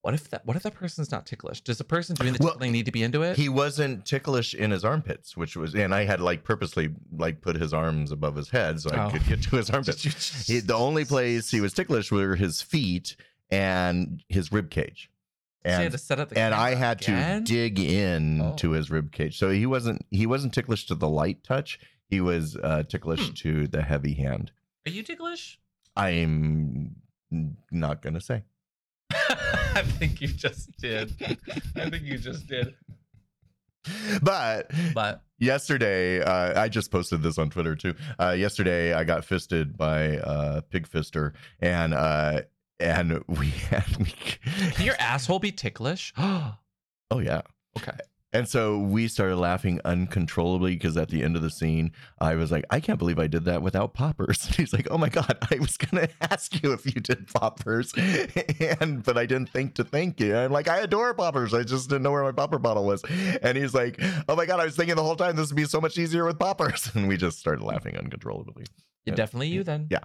Speaker 5: What if that what if that person's not ticklish? Does the person doing the
Speaker 2: Well,
Speaker 5: tickling need to be into it?
Speaker 2: he wasn't ticklish in his armpits, which was, and I had like purposely like put his arms above his head so I
Speaker 5: Oh.
Speaker 2: could get to his armpits. He- the only place he was ticklish were his feet and his rib cage,
Speaker 1: So you had
Speaker 2: and
Speaker 1: to set up the
Speaker 2: and I
Speaker 1: camera
Speaker 2: had
Speaker 1: again?
Speaker 2: to dig in
Speaker 1: Oh.
Speaker 2: to his rib cage. So he wasn't he wasn't ticklish to the light touch. He was uh, ticklish
Speaker 1: Hmm.
Speaker 2: to the heavy hand.
Speaker 1: Are you ticklish?
Speaker 2: I'm not gonna say.
Speaker 1: I think you just did. I think you just did.
Speaker 2: But
Speaker 1: But
Speaker 2: yesterday uh, i just posted this on twitter too uh, yesterday i got fisted by uh, pig fister and uh, and we had we,
Speaker 5: Can your asshole be ticklish?
Speaker 2: oh yeah
Speaker 5: Okay.
Speaker 2: and so we started laughing uncontrollably because at the end of the scene i was like i can't believe i did that without poppers he's like oh my god i was gonna ask you if you did poppers and but i didn't think to thank you i'm like i adore poppers i just didn't know where my popper bottle was and he's like, "Oh my god, I was thinking the whole time this would be so much easier with poppers," and we just started laughing uncontrollably.
Speaker 5: Yeah, definitely you then.
Speaker 2: Yeah.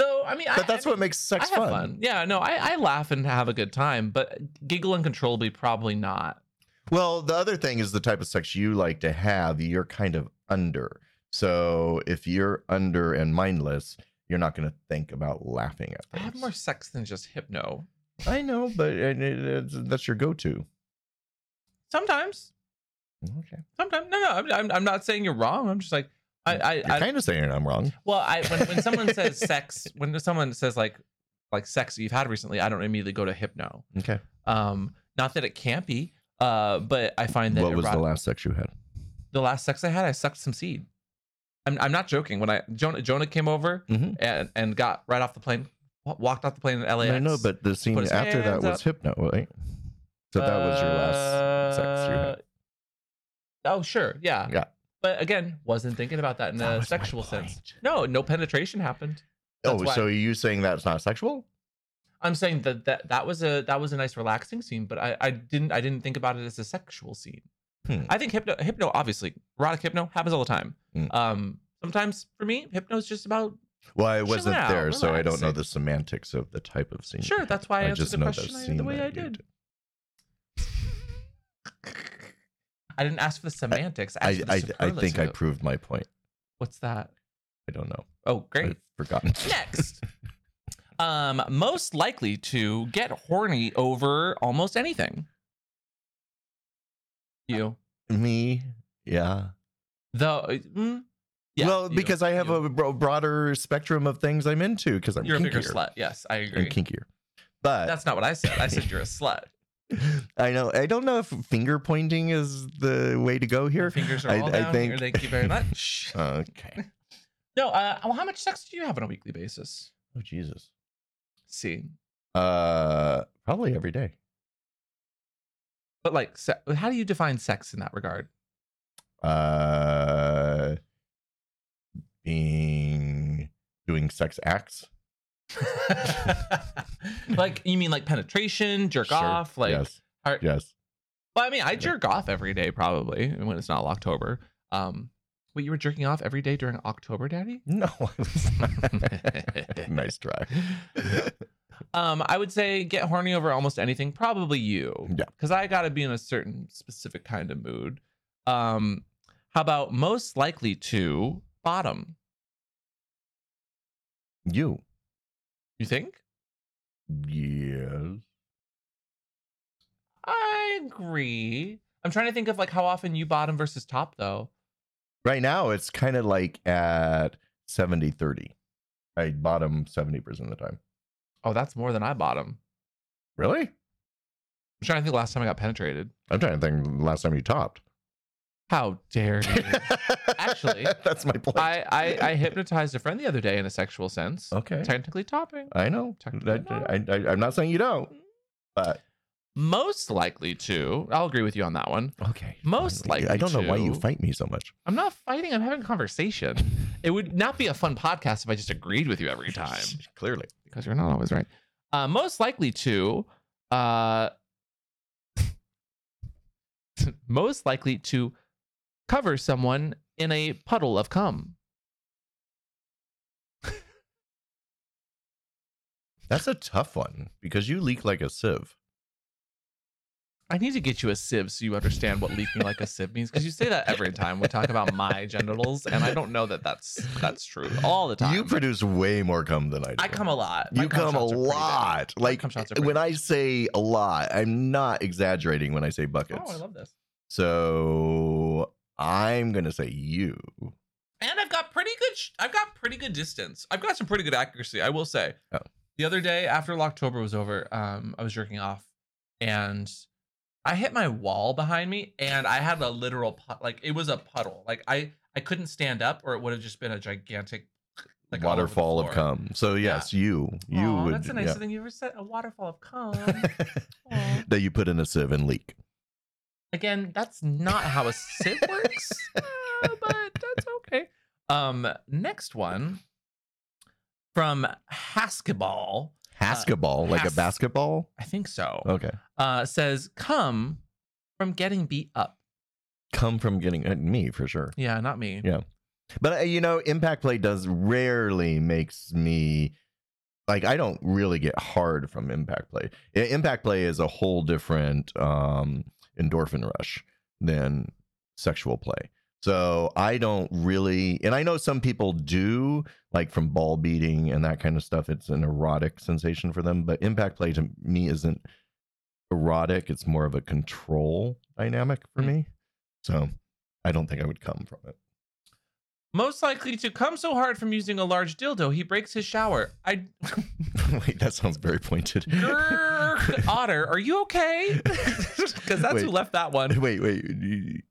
Speaker 5: So I mean, I,
Speaker 2: But that's
Speaker 5: I
Speaker 2: what makes sex
Speaker 5: I have
Speaker 2: fun.
Speaker 5: Yeah, no, I, I laugh and have a good time, but giggle uncontrollably probably not.
Speaker 2: Well, the other thing is the type of sex you like to have. You're kind of under. So if you're under and mindless, you're not going to think about laughing at.
Speaker 1: I have
Speaker 2: things.
Speaker 1: more sex than just hypno.
Speaker 2: I know, but uh, and it, it's- that's your go-to.
Speaker 1: Sometimes,
Speaker 2: Okay.
Speaker 1: sometimes. No, no. I'm, I'm, I'm not saying you're wrong. I'm just like I, I,
Speaker 2: You're
Speaker 1: I
Speaker 2: kind of saying I'm wrong.
Speaker 1: Well, I when, when someone says sex, when someone says like like sex that you've had recently, I don't immediately go to hypno.
Speaker 2: Okay.
Speaker 1: Um, not that it can't be, uh, but I find that
Speaker 2: What was the
Speaker 1: erotic-
Speaker 2: last sex you had?
Speaker 1: the last sex I had, I sucked some seed. I'm, I'm not joking. When I Jonah, Jonah came over
Speaker 2: Mhm.
Speaker 1: and, and got right off the plane, wa- walked off the plane in LAX.
Speaker 2: I know, but the scene
Speaker 1: his
Speaker 2: after that
Speaker 1: hands up.
Speaker 2: was hypno, right? So that was your last sex you had.
Speaker 1: Uh, Oh sure, yeah,
Speaker 2: Yeah.
Speaker 1: But again, wasn't thinking about that in
Speaker 2: That
Speaker 1: a
Speaker 2: was my
Speaker 1: sexual sense.
Speaker 2: point.
Speaker 1: No, no penetration happened. That's
Speaker 2: oh,
Speaker 1: why-
Speaker 2: so you saying that's not sexual?
Speaker 1: I'm saying that, that that was a that was a nice relaxing scene, but I, I didn't I didn't think about it as a sexual scene.
Speaker 2: Hmm.
Speaker 1: I think hypno hypno obviously erotic hypno happens all the time.
Speaker 2: Hmm.
Speaker 1: Um, sometimes for me hypno is just about
Speaker 2: Well, I wasn't
Speaker 1: out,
Speaker 2: there, so I don't know
Speaker 1: relaxing.
Speaker 2: the semantics of the type of scene.
Speaker 1: sure. That's why I,
Speaker 2: Hmm. I
Speaker 1: answered
Speaker 2: just
Speaker 1: the
Speaker 2: know
Speaker 1: question
Speaker 2: that
Speaker 1: I,
Speaker 2: scene
Speaker 1: the way
Speaker 2: that
Speaker 1: I
Speaker 2: you
Speaker 1: did.
Speaker 2: did.
Speaker 1: I didn't ask for the semantics. I,
Speaker 2: I,
Speaker 1: asked for
Speaker 2: I,
Speaker 1: the
Speaker 2: I think I
Speaker 1: superlative.
Speaker 2: proved my point.
Speaker 1: What's that?
Speaker 2: I don't know.
Speaker 1: Oh, great.
Speaker 2: I've forgotten.
Speaker 5: Next. um, most likely to get horny over almost anything.
Speaker 1: You
Speaker 2: Me, yeah.
Speaker 1: the mm, yeah,
Speaker 2: well,
Speaker 1: you,
Speaker 2: because I have
Speaker 1: you.
Speaker 2: a bro- broader spectrum of things I'm into because I'm
Speaker 1: you're a
Speaker 2: kinkier.
Speaker 1: bigger slut. Yes, I
Speaker 2: I'm
Speaker 1: agree.
Speaker 2: kinkier. But
Speaker 1: That's not what I said. I said you're a slut.
Speaker 2: I know I don't know if finger pointing is the way to go
Speaker 1: Your
Speaker 2: here.
Speaker 1: fingers are
Speaker 2: I-
Speaker 1: all
Speaker 2: I
Speaker 1: down here.
Speaker 2: think-
Speaker 1: Thank you very much.
Speaker 2: Okay.
Speaker 1: No, uh, well, how much sex do you have on a weekly basis?
Speaker 2: Oh Jesus.
Speaker 1: See,
Speaker 2: Uh, probably every day.
Speaker 1: But like, se- how do you define sex in that regard?
Speaker 2: Uh, being doing sex acts.
Speaker 1: like, you mean like penetration, jerk
Speaker 2: Sure.
Speaker 1: off? Like,
Speaker 2: yes,
Speaker 1: are-
Speaker 2: yes.
Speaker 1: well, I mean, I jerk off every day probably when it's not October. Um, wait, you were jerking off every day during October, Daddy?
Speaker 2: No, I was not. nice try.
Speaker 1: Um, I would say get horny over almost anything. Probably you.
Speaker 2: Yeah.
Speaker 1: Because I gotta be in a certain specific kind of mood. Um, how about most likely to bottom?
Speaker 2: You.
Speaker 1: You think?
Speaker 2: Yes.
Speaker 1: I agree. I'm trying to think of like how often you bottom versus top though.
Speaker 2: Right now, it's kind of like at 70 30. I bottom 70% of the time.
Speaker 1: Oh, that's more than I bottom.
Speaker 2: Really?
Speaker 1: I'm trying to think last time I got penetrated.
Speaker 2: I'm trying to think the last time you topped.
Speaker 1: How dare you? Actually,
Speaker 2: that's my point.
Speaker 1: I, I I hypnotized a friend the other day in a sexual sense.
Speaker 2: okay.
Speaker 1: Technically topping.
Speaker 2: I know.
Speaker 1: Technically not.
Speaker 2: I, I, I, am not saying you don't, but
Speaker 1: Most likely to. I'll agree with you on that one.
Speaker 2: okay.
Speaker 1: Most
Speaker 2: Finally.
Speaker 1: likely
Speaker 2: I don't know why you
Speaker 1: to-
Speaker 2: fight me so much.
Speaker 1: I'm not fighting. I'm having a conversation. It would not be a fun podcast if I just agreed with you every time
Speaker 2: Clearly.
Speaker 1: because you're not always right. Uh, most likely to, uh, most likely to cover someone in a puddle of cum.
Speaker 2: That's a tough one because you leak like a sieve.
Speaker 1: I need to get you a sieve so you understand what leaking like a sieve means because you say that every time we talk about my genitals, and I don't know that that's that's true all the time.
Speaker 2: You produce way more cum than I do.
Speaker 1: I come a lot. My
Speaker 2: You come a
Speaker 1: shots are pretty big.
Speaker 2: lot. Like eh,
Speaker 1: cum shots are pretty
Speaker 2: when I say a lot, I'm not exaggerating when I say buckets.
Speaker 1: Oh, I love this.
Speaker 2: so I'm gonna say you.
Speaker 1: and I've got pretty good. Sh- I've got pretty good distance. I've got some pretty good accuracy, I will say.
Speaker 2: Oh.
Speaker 1: The other day after Locktober was over, um, I was jerking off, and I hit my wall behind me, and I had a literal put- like it was a puddle. Like I I couldn't stand up, or it would have just been a gigantic like all over the
Speaker 2: waterfall of
Speaker 1: floor.
Speaker 2: cum. So yes, you. You
Speaker 1: Aw,
Speaker 2: would
Speaker 1: That's the nicest
Speaker 2: yeah.
Speaker 1: thing you ever said. A waterfall of cum. Aw. Uh,
Speaker 2: that you put in a sieve and leak.
Speaker 1: Again, that's not how a sieve works, uh, but that's okay. Um, next one from Haskeball.
Speaker 2: Haskeball, like
Speaker 1: has-
Speaker 2: a basketball.
Speaker 1: I think so.
Speaker 2: Okay.
Speaker 1: Uh, says come from getting beat up.
Speaker 2: Come from getting uh, me for sure.
Speaker 1: Yeah, not me.
Speaker 2: Yeah. But uh, you know, impact play does rarely makes me like I don't really get hard from impact play. I- Impact play is a whole different um endorphin rush than sexual play. So I don't really and I know some people do like from ball beating and that kind of stuff it's an erotic sensation for them, but impact play to me isn't erotic, it's more of a control dynamic for me. So I don't think I would come from it.
Speaker 1: Most likely to come so hard from using a large dildo he breaks his shower. I
Speaker 2: Wait, that sounds very pointed.
Speaker 1: Grr, otter, are you okay? Because that's who
Speaker 2: Wait.
Speaker 1: left that one.
Speaker 2: wait, wait.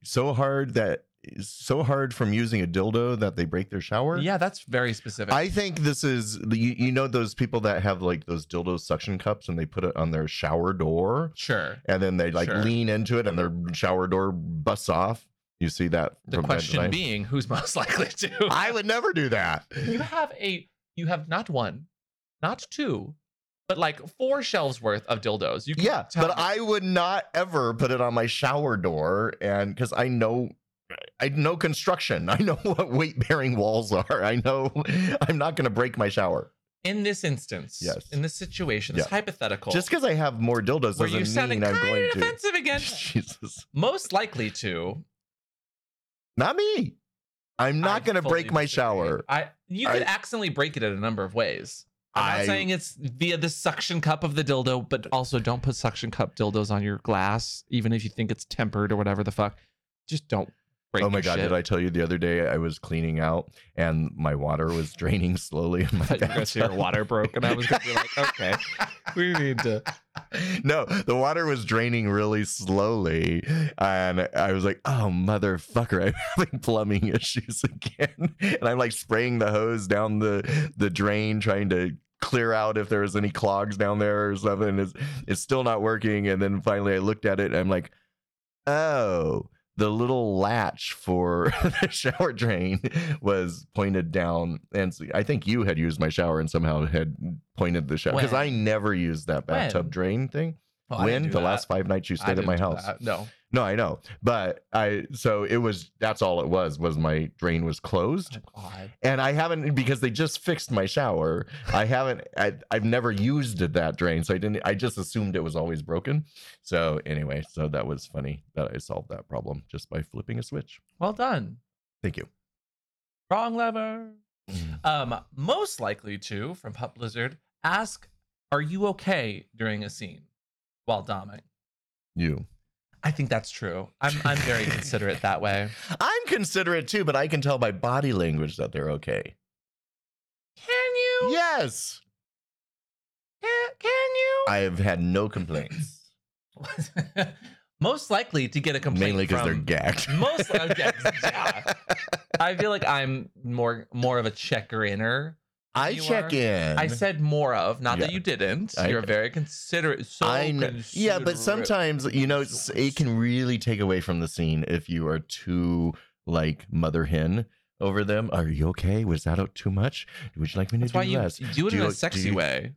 Speaker 2: So hard that so hard from using a dildo that they break their shower.
Speaker 1: Yeah, that's very specific.
Speaker 2: I think this is you, you know those people that have like those dildo suction cups and they put it on their shower door
Speaker 1: sure.
Speaker 2: and then they like
Speaker 1: Sure.
Speaker 2: lean into it and their shower door busts off. You see that
Speaker 1: The
Speaker 2: from time to
Speaker 1: question
Speaker 2: time?
Speaker 1: being, who's most likely to?
Speaker 2: I would never do that.
Speaker 1: you have a you have not one not two but like four shelves worth of dildos you can
Speaker 2: Yeah,
Speaker 1: tell
Speaker 2: but I would not ever put it on my shower door, and because I know, I know construction. I know what weight bearing walls are. I know I'm not going to break my shower
Speaker 1: in this instance
Speaker 2: Yes.
Speaker 1: in this situation this
Speaker 2: Yeah.
Speaker 1: hypothetical
Speaker 2: just because I have more dildos
Speaker 1: where you're
Speaker 2: doesn't
Speaker 1: sounding
Speaker 2: mean
Speaker 1: kind
Speaker 2: I'm
Speaker 1: of
Speaker 2: going to.
Speaker 1: defensive again
Speaker 2: Jesus,
Speaker 1: most likely to
Speaker 2: not me. I'm
Speaker 1: I
Speaker 2: not going to
Speaker 1: fully
Speaker 2: break my
Speaker 1: disagree.
Speaker 2: shower.
Speaker 1: i you could
Speaker 2: I-
Speaker 1: accidentally break it in a number of ways I'm
Speaker 2: I-
Speaker 1: not saying it's via the suction cup of the dildo, but also don't put suction cup dildos on your glass, even if you think it's tempered or whatever the fuck. Just don't break.
Speaker 2: Oh my
Speaker 1: your
Speaker 2: god!
Speaker 1: shit.
Speaker 2: Did I tell you the other day I was cleaning out and my water was draining slowly in my
Speaker 1: thought you were gonna say your
Speaker 2: bathtub?
Speaker 1: water broke, and I was gonna be like, okay, we need to.
Speaker 2: no, the water was draining really slowly. And I was like, oh, motherfucker, I'm having plumbing issues again. And I'm like spraying the hose down the, the drain, trying to clear out if there was any clogs down there or something. It's, it's still not working. And then finally I looked at it and I'm like, oh, the little latch for the shower drain was pointed down. And so I think you had used my shower and somehow had pointed the shower because
Speaker 1: When?
Speaker 2: I never used that bathtub
Speaker 1: When?
Speaker 2: drain thing.
Speaker 1: Oh, I didn't
Speaker 2: when
Speaker 1: do
Speaker 2: the
Speaker 1: that.
Speaker 2: last five nights you
Speaker 1: I
Speaker 2: stayed at
Speaker 1: didn't
Speaker 2: my
Speaker 1: do
Speaker 2: house.
Speaker 1: that. No.
Speaker 2: No, I know. But I, so it was, that's all it was, was my drain was
Speaker 1: Uh,
Speaker 2: closed.
Speaker 1: Oh, God.
Speaker 2: And I haven't because they just fixed my shower. I haven't. I, I've never used that drain, so I didn't. I just assumed it was always broken. So anyway, so that was funny that I solved that problem just by flipping a switch.
Speaker 1: Well done.
Speaker 2: Thank you.
Speaker 1: Wrong lever. Um, most likely to from Pup Blizzard. Ask, "Are you okay?" during a scene while doming.
Speaker 2: You.
Speaker 1: I think that's true. I'm I'm very considerate that way.
Speaker 2: I'm considerate too, but I can tell by body language that they're okay.
Speaker 1: Can you?
Speaker 2: Yes,
Speaker 1: Can, can
Speaker 2: I've had no complaints,
Speaker 1: you? most likely to get a complaint
Speaker 2: mainly because they're
Speaker 1: from-
Speaker 2: gagged.
Speaker 1: Most yeah, yeah. I feel like I'm more more of a checker inner.
Speaker 2: I
Speaker 1: You
Speaker 2: check
Speaker 1: are-
Speaker 2: in.
Speaker 1: I said more of, not that
Speaker 2: Yeah.
Speaker 1: you didn't.
Speaker 2: I-
Speaker 1: You're very considerate. So
Speaker 2: I know. Yeah, but
Speaker 1: considerate.
Speaker 2: sometimes you know it's- it can really take away from the scene if you are too like mother hen over them. Are you okay? Was that out too much? Would you like me to
Speaker 1: That's
Speaker 2: do
Speaker 1: why you
Speaker 2: less?
Speaker 1: you do it
Speaker 2: Do
Speaker 1: in
Speaker 2: you-
Speaker 1: a
Speaker 2: do
Speaker 1: sexy
Speaker 2: you-
Speaker 1: way.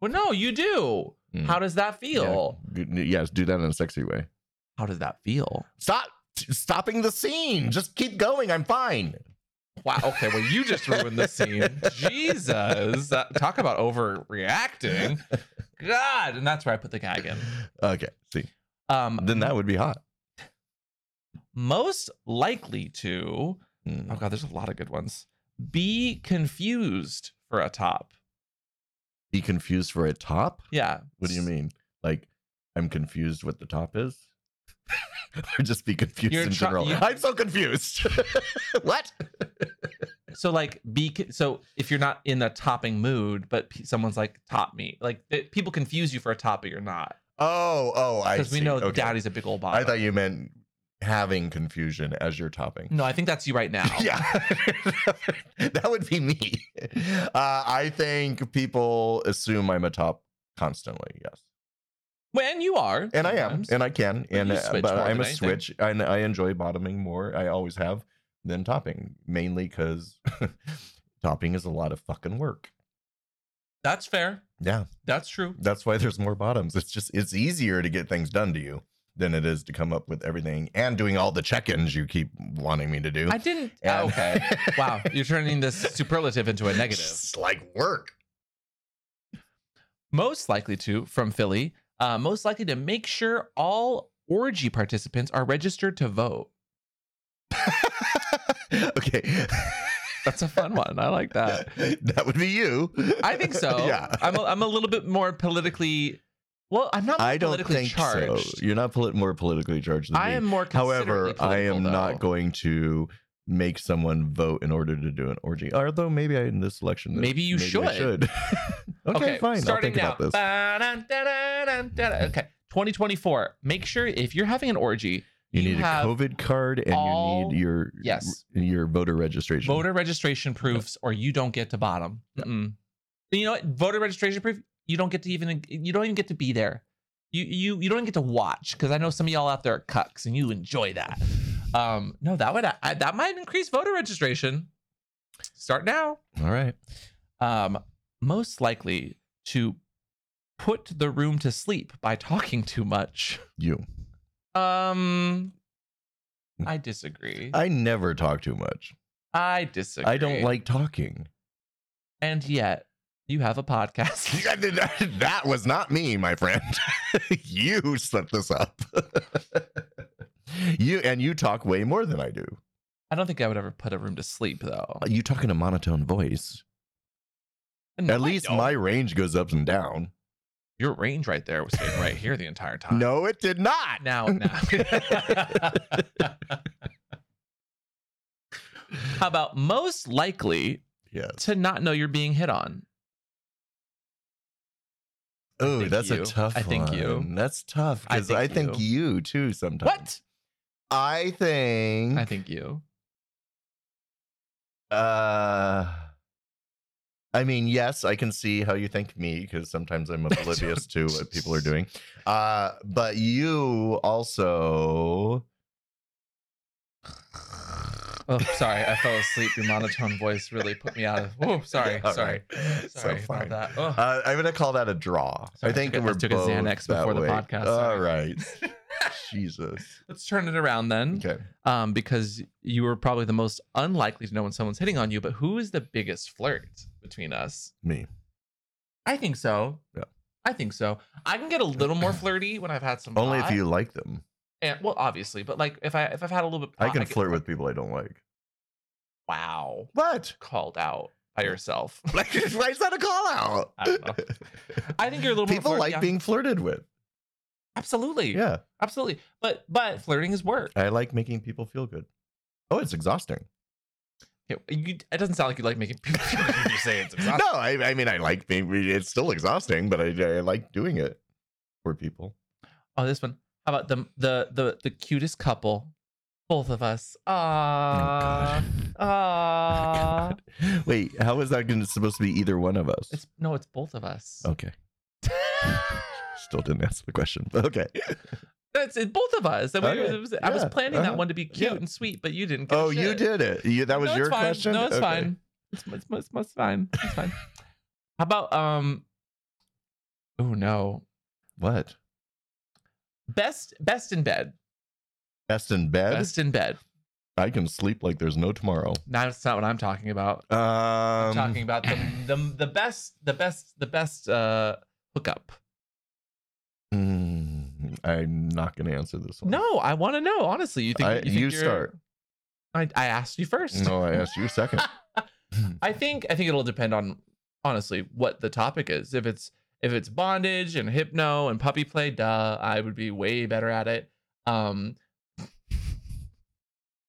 Speaker 1: Well, no, you do.
Speaker 2: Mm.
Speaker 1: How does that feel?
Speaker 2: Yeah. Good- Yes, do that in a sexy way.
Speaker 1: How does that feel?
Speaker 2: Stop t- stopping the scene. Just keep going. I'm fine.
Speaker 1: Wow. Okay. Well, you just ruined the scene. Jesus. Uh, talk about overreacting. God. And that's where I put the gag in.
Speaker 2: Okay. See,
Speaker 1: Um,
Speaker 2: then that would be hot.
Speaker 1: most likely to.
Speaker 2: Mm.
Speaker 1: Oh God, there's a lot of good ones. Be confused for a top.
Speaker 2: Be confused for a top.
Speaker 1: Yeah.
Speaker 2: What do you mean? Like, I'm confused what the top is? or just be confused
Speaker 1: You're
Speaker 2: in
Speaker 1: try-
Speaker 2: general.
Speaker 1: you-
Speaker 2: I'm so confused. what?
Speaker 1: So like be co- so if you're not in a topping mood, but p- someone's like top me, like th- people confuse you for a top, but you're not
Speaker 2: Oh, oh, I
Speaker 1: because
Speaker 2: see.
Speaker 1: we know
Speaker 2: Okay.
Speaker 1: daddy's a big old bottom.
Speaker 2: I thought you meant having confusion as your topping.
Speaker 1: no, I think that's you right now.
Speaker 2: Yeah, that would be me. Uh, I think people assume I'm a top constantly. Yes.
Speaker 1: When you are,
Speaker 2: and I am,
Speaker 1: sometimes.
Speaker 2: and I can, and
Speaker 1: you
Speaker 2: uh,
Speaker 1: switch
Speaker 2: but
Speaker 1: more
Speaker 2: I'm a
Speaker 1: than anything.
Speaker 2: switch, and I enjoy bottoming more. I always have than topping, mainly because topping is a lot of fucking work.
Speaker 1: that's fair.
Speaker 2: Yeah,
Speaker 1: That's true.
Speaker 2: that's why there's more bottoms. It's just it's easier to get things done to you than it is to come up with everything and doing all the check-ins you keep wanting me to do.
Speaker 1: I didn't. oh,
Speaker 2: And-
Speaker 1: okay. wow, you're turning this superlative into a negative.
Speaker 2: It's like work.
Speaker 1: most likely to from Philly, uh, most likely to make sure all orgy participants are registered to vote.
Speaker 2: okay,
Speaker 1: That's a fun one. I like that.
Speaker 2: that would be you.
Speaker 1: Uh, I think so.
Speaker 2: yeah.
Speaker 1: I'm a, I'm a little bit more politically. Well, I'm not.
Speaker 2: I don't
Speaker 1: politically
Speaker 2: think
Speaker 1: charged.
Speaker 2: so. You're not poli- more politically charged than
Speaker 1: I
Speaker 2: me.
Speaker 1: am more.
Speaker 2: However, I am not
Speaker 1: going.
Speaker 2: going to make someone vote in order to do an orgy. Although maybe I, in this election,
Speaker 1: Maybe you
Speaker 2: I
Speaker 1: should.
Speaker 2: okay, fine.
Speaker 1: Starting
Speaker 2: I'll think
Speaker 1: now.
Speaker 2: about this.
Speaker 1: Ba-dun-dun-dun-dun-dun. Okay, 2024. Make sure if you're having an orgy,
Speaker 2: You
Speaker 1: you
Speaker 2: need a
Speaker 1: have
Speaker 2: COVID card and you
Speaker 1: all-
Speaker 2: need your
Speaker 1: Yes.
Speaker 2: your voter registration.
Speaker 1: voter registration proofs or you don't get to bottom Mm-mm. you know what voter registration proof you don't get to even you don't even get to be there you you you don't even get to watch because i know some of y'all out there are cucks and you enjoy that um no that would I, that might increase voter registration start now
Speaker 2: All right.
Speaker 1: um most likely to put the room to sleep by talking too much
Speaker 2: You.
Speaker 1: um i disagree i,
Speaker 2: I never talk too much.
Speaker 1: disagree
Speaker 2: I don't like talking.
Speaker 1: and yet you have a podcast
Speaker 2: that was not me, my friend. you set this up. you and you talk way more than I do.
Speaker 1: I don't think I would ever put a room to sleep though.
Speaker 2: You talk in a monotone voice.
Speaker 1: No,
Speaker 2: At
Speaker 1: I
Speaker 2: least
Speaker 1: don't.
Speaker 2: my range goes up and down.
Speaker 1: your range right there was staying right here the entire time.
Speaker 2: No, it did not.
Speaker 1: Now, now. How about most likely
Speaker 2: Yes.
Speaker 1: to not know you're being hit on?
Speaker 2: Oh,
Speaker 1: think
Speaker 2: that's a
Speaker 1: you.
Speaker 2: tough
Speaker 1: I think you.
Speaker 2: one. That's tough
Speaker 1: I
Speaker 2: because
Speaker 1: think
Speaker 2: I, think you too sometimes.
Speaker 1: What?
Speaker 2: I think.
Speaker 1: I think you.
Speaker 2: Uh, I mean, yes, I can see how you think me because sometimes I'm oblivious to what people are doing. Uh, but you also.
Speaker 1: Oh, sorry, I fell asleep. Your monotone voice really put me out of. Oh, sorry,
Speaker 2: All
Speaker 1: sorry,
Speaker 2: right. So
Speaker 1: sorry
Speaker 2: fine.
Speaker 1: about that. Oh, Ugh.
Speaker 2: Uh, I'm gonna call that a draw.
Speaker 1: Sorry,
Speaker 2: I think
Speaker 1: I took a- I
Speaker 2: we're
Speaker 1: took a
Speaker 2: both
Speaker 1: Xanax
Speaker 2: that
Speaker 1: before the
Speaker 2: way.
Speaker 1: podcast,
Speaker 2: All
Speaker 1: sorry.
Speaker 2: right, Jesus.
Speaker 1: Let's turn it around then,
Speaker 2: Okay,
Speaker 1: um, because you were probably the most unlikely to know when someone's hitting on you. But who is the biggest flirt between us?
Speaker 2: me.
Speaker 1: I think so.
Speaker 2: Yeah.
Speaker 1: I think so. I can get a little more flirty when I've had some.
Speaker 2: Only if
Speaker 1: pot.
Speaker 2: you like them.
Speaker 1: And, well, obviously, but like if I if I've had a little bit.
Speaker 2: I
Speaker 1: pot,
Speaker 2: can
Speaker 1: get-
Speaker 2: flirt with people I don't like.
Speaker 1: Wow,
Speaker 2: What?
Speaker 1: called out by yourself.
Speaker 2: Like, why is that a call out?
Speaker 1: I don't know. I think you're a little more
Speaker 2: people
Speaker 1: flirty,
Speaker 2: like
Speaker 1: yeah.
Speaker 2: being flirted with.
Speaker 1: Absolutely.
Speaker 2: Yeah,
Speaker 1: Absolutely. But but flirting is work.
Speaker 2: I like making people feel good. Oh, it's exhausting.
Speaker 1: Yeah, you- it doesn't sound like you like making people feel like you say it's exhausting.
Speaker 2: No, I, I mean, I like being. It's still exhausting, but I, I like doing it for people.
Speaker 1: Oh, this one. How about the the the the cutest couple? Both of us.
Speaker 2: Oh,
Speaker 1: Ah. Ah.
Speaker 2: Wait, how is that gonna, supposed to be either one of us?
Speaker 1: It's no, it's both of us.
Speaker 2: Okay. Still didn't answer the question. but Okay.
Speaker 1: That's it, both of us. That we-
Speaker 2: Okay,
Speaker 1: it was- I was
Speaker 2: Oh, yeah,
Speaker 1: planning
Speaker 2: uh-huh,
Speaker 1: that one to be cute
Speaker 2: yeah.
Speaker 1: and sweet, but you didn't. Get
Speaker 2: Oh,
Speaker 1: shit.
Speaker 2: you did it. You, that was
Speaker 1: No, it's
Speaker 2: your
Speaker 1: fine.
Speaker 2: question.
Speaker 1: No, it's
Speaker 2: Okay.
Speaker 1: fine. It's, it's, it's, it's fine. It's fine. How about um? Oh no,
Speaker 2: What?
Speaker 1: best best in bed.
Speaker 2: Best in bed.
Speaker 1: Best in bed.
Speaker 2: I can sleep like there's no tomorrow.
Speaker 1: No, that's not what I'm talking about.
Speaker 2: Um,
Speaker 1: I'm talking about the, the the best the best the best uh hookup.
Speaker 2: mm, I'm not gonna answer this one.
Speaker 1: No, I want to know honestly. You think
Speaker 2: I-
Speaker 1: you, think
Speaker 2: you
Speaker 1: you're-
Speaker 2: start.
Speaker 1: I, I asked you first.
Speaker 2: No, I asked you second.
Speaker 1: I think I think it'll depend on honestly what the topic is. If it's if it's bondage and hypno and puppy play, duh, I would be way better at it. Um,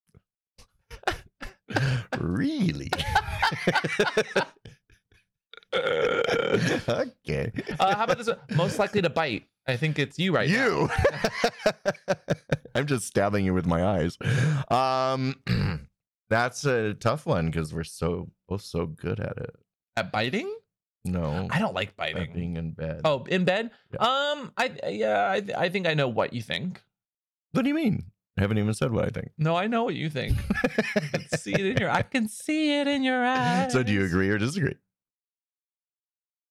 Speaker 2: really? okay.
Speaker 1: uh, how about this? One? Most likely to bite. I think it's you right now.
Speaker 2: you. I'm just stabbing you with my eyes. Um, that's a tough one because we're so both so good at it.
Speaker 1: at biting.
Speaker 2: No,
Speaker 1: I don't like
Speaker 2: at
Speaker 1: biting.
Speaker 2: being in bed.
Speaker 1: Oh, in bed.
Speaker 2: Yeah.
Speaker 1: Um, I yeah, I, I think I know what you think.
Speaker 2: what do you mean? I haven't even said what I think.
Speaker 1: No, I know what you think. I can see it in your. I can see it in your eyes.
Speaker 2: So, do you agree or disagree?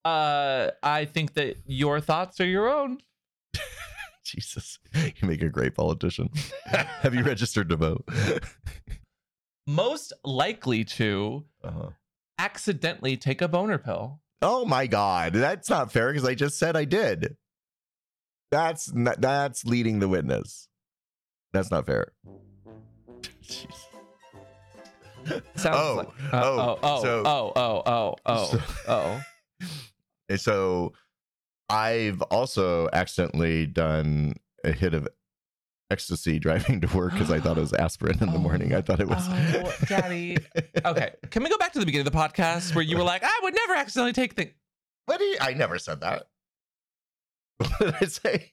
Speaker 1: Uh, I think that your thoughts are your own.
Speaker 2: Jesus, you make a great politician. Have you registered to vote?
Speaker 1: Most likely to
Speaker 2: Uh-huh.
Speaker 1: accidentally take a boner pill.
Speaker 2: Oh my God, that's not fair because I just said I did. That's not, that's leading the witness. That's not fair. Jeez.
Speaker 1: Sounds
Speaker 2: Oh,
Speaker 1: like,
Speaker 2: oh,
Speaker 1: oh, oh,
Speaker 2: so-
Speaker 1: oh, oh, oh, oh,
Speaker 2: So-
Speaker 1: oh.
Speaker 2: And so I've also accidentally done a hit of ecstasy driving to work because I thought it was aspirin in the
Speaker 1: Oh,
Speaker 2: morning. I thought it was.
Speaker 1: oh, Daddy. Okay, can we go back to the beginning of the podcast where you were like, "I would never accidentally take things."
Speaker 2: What do you, I never said that. What did I say?